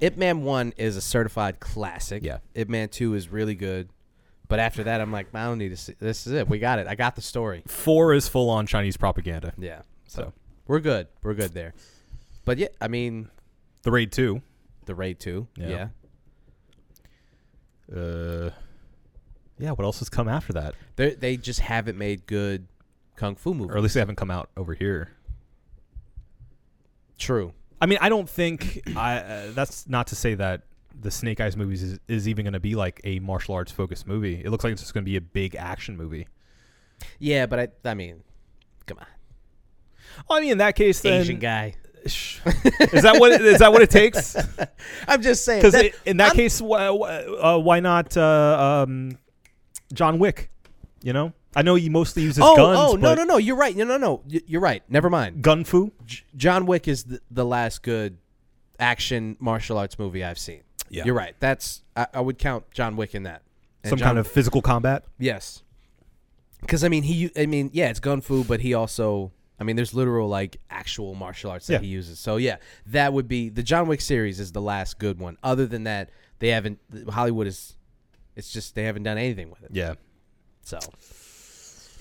Ip Man One is a certified classic.
Yeah.
Ip Man Two is really good, but after that, I'm like, I don't need to see. This is it. We got it. I got the story.
four is full on Chinese propaganda.
Yeah. So
So
we're good. We're good there. But yeah, I mean,
the raid two,
the Raid Two.
Yeah.
Yeah.
uh, yeah. What else has come after that?
They they just haven't made good kung fu movies.
Or at least they haven't come out over here.
True.
I mean, I don't think I. Uh, that's not to say that the Snake Eyes movies is, is even going to be like a martial arts focused movie. It looks like it's just going to be a big action movie.
Yeah, but I I mean, come on,
Well, I mean, in that case, then
Asian guy.
Sh- is that what is that what it takes?
I'm just saying.
Because
that-
in that
I'm-
case, why, uh, why not uh, um, John Wick? You know, I know he mostly uses
oh,
guns.
oh no,
but
no, no. You're right. No, no, no. Y- You're right. Never mind.
gun fu.
J- John Wick is the, the last good action martial arts movie I've seen.
Yeah.
You're right. That's I, I would count John Wick in that. And
Some
John-
kind of physical combat.
yes. Because I mean he I mean yeah it's gun fu but he also I mean there's literal like actual martial arts that
Yeah.
he uses so yeah that would be the John Wick series is the last good one other than that they haven't Hollywood is it's just they haven't done anything with it
Yeah.
so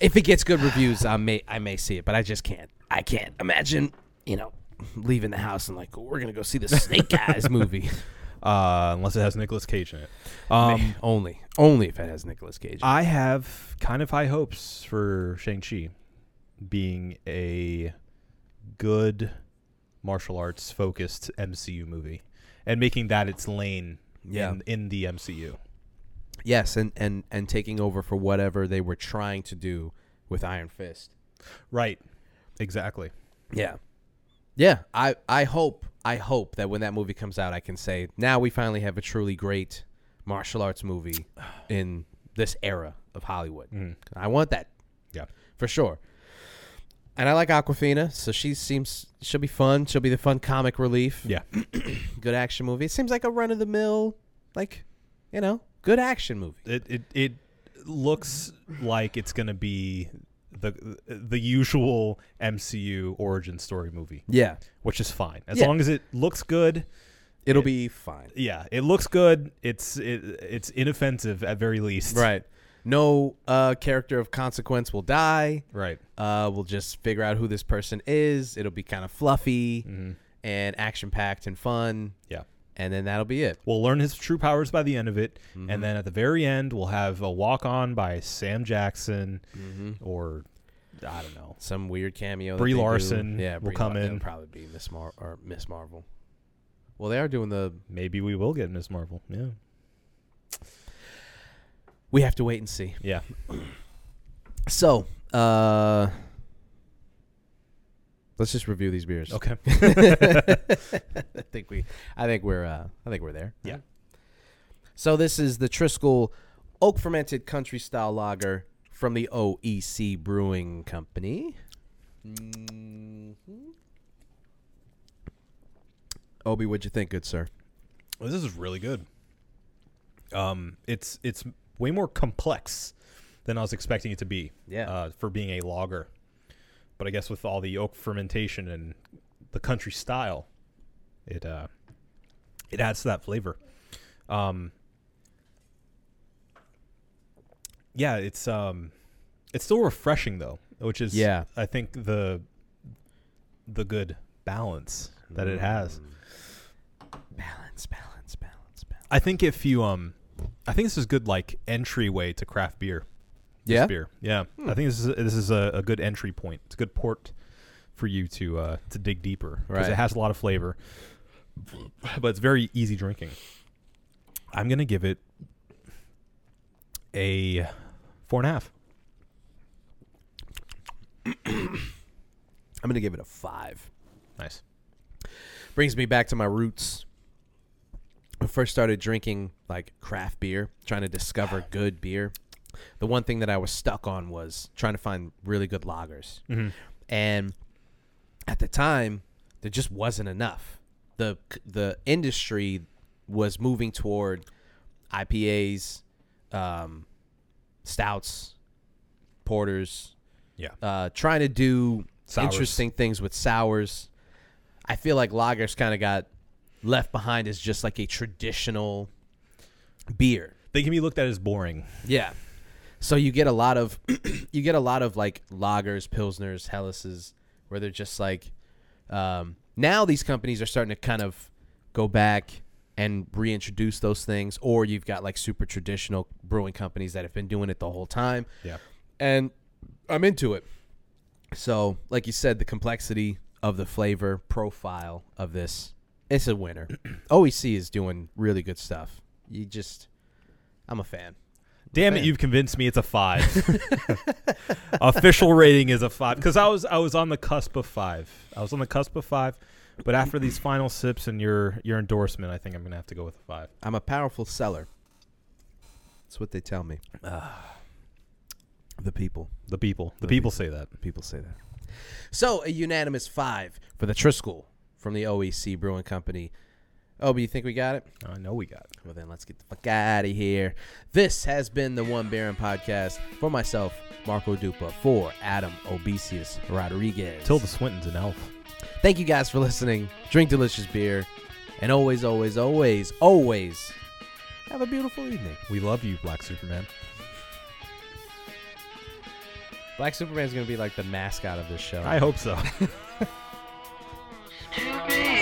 if it gets good reviews, I may I may see it, but I just can't. I can't imagine, you know, leaving the house and like we're gonna go see the Snake Eyes movie.
Uh, unless it has Nicolas Cage in it. Um,
only, only if it has Nicolas Cage.
I have kind of high hopes for Shang-Chi being a good martial arts focused MCU movie and making that its lane
Yeah.
in, in the MCU.
yes, and and and taking over for whatever they were trying to do with Iron Fist.
Right. Exactly.
Yeah, yeah. I I hope I hope that when that movie comes out, I can say now we finally have a truly great martial arts movie in this era of Hollywood.
Mm-hmm.
I want that
Yeah.
for sure. And I like Aquafina, so she seems she'll be fun. She'll be the fun comic relief.
Yeah.
Good action movie. It seems like a run of the mill, like you know, good action movie.
It it it looks like it's going to be the the usual MCU origin story movie,
Yeah,
which is fine. As
Yeah.
long as it looks good,
it'll be fine.
yeah, it looks good. It's it, it's inoffensive at very least.
Right. No uh, character of consequence will die.
Right.
Uh, we'll just figure out who this person is. It'll be kind of fluffy and action packed and fun,
Mm. Yeah.
and then that'll be it.
We'll learn his true powers by the end of it,
Mm-hmm.
and then at the very end, we'll have a walk on by Sam Jackson
Mm-hmm.
or I don't know.
Some weird cameo. that
Brie
they do.
Larson
yeah,
will
Brie
come
It'll
in.
probably be Miss Mar or Miss Marvel. Well, they are doing the.
Maybe we will get Ms. Marvel. Yeah.
We have to wait and see.
Yeah.
So, uh, let's just review these beers.
Okay.
I think we, I think we're, uh, I think we're there.
Yeah.
So this is the Triskel Oak Fermented Country Style Lager from the OEC Brewing Company.
Mm-hmm.
Obi, what'd you think, good sir?
Well, this is really good. Um, it's it's way more complex than I was expecting it to be.
Yeah.
Uh, for being a lager, but I guess with all the oak fermentation and the country style, it uh, it adds to that flavor. Um. Yeah, it's um, it's still refreshing though, which is
Yeah.
I think the the good balance that it has.
Mm. Balance, balance, balance, balance.
I think if you um, I think this is good like entryway to craft beer. This
Yeah. Hmm.
beer. Yeah, I think this is this is a, a good entry point. It's a good port for you to uh, to dig deeper because
Right.
it has a lot of flavor, but it's very easy drinking. I'm gonna give it a four and a half.
I'm gonna give it a five.
Nice.
brings me back to my roots. I first started drinking like craft beer, trying to discover good beer. The one thing that I was stuck on was trying to find really good lagers. And at the time, there just wasn't enough. The the industry was moving toward IPAs, um, stouts, porters,
Yeah.
uh, trying to do
Sours.
interesting things with sours. I feel like lagers kind of got left behind as just like a traditional beer.
They can be looked at as boring.
Yeah. So you get a lot of you get a lot of like lagers, pilsners, hellas's where they're just like um, now these companies are starting to kind of go back and reintroduce those things or you've got like super traditional brewing companies that have been doing it the whole time
Yeah.
and I'm into it. So, like you said, the complexity of the flavor profile of this, it's a winner. OEC is doing really good stuff. You just, I'm a fan.
Damn it, you've convinced me it's a five. Official rating is a five. Because I was I was on the cusp of five. I was on the cusp of five. But after these final sips and your your endorsement, I think I'm gonna have to go with a five.
I'm a powerful seller. That's what they tell me. the people.
The people. The people say that.
People say that. So, a unanimous five for the Triskel from the OEC Brewing Company. Oh, but you think we got it?
I know we got. it.
Well, then let's get the fuck out of here. This has been the One Baron podcast for myself, Marco Dupa, for Adam Obesius Rodriguez.
Tilda Swinton's an elf.
Thank you guys for listening. Drink delicious beer. And always, always, always, always have a beautiful evening.
We love you, Black Superman.
Black Superman's going to be like the mascot of this show.
I hope so.
to be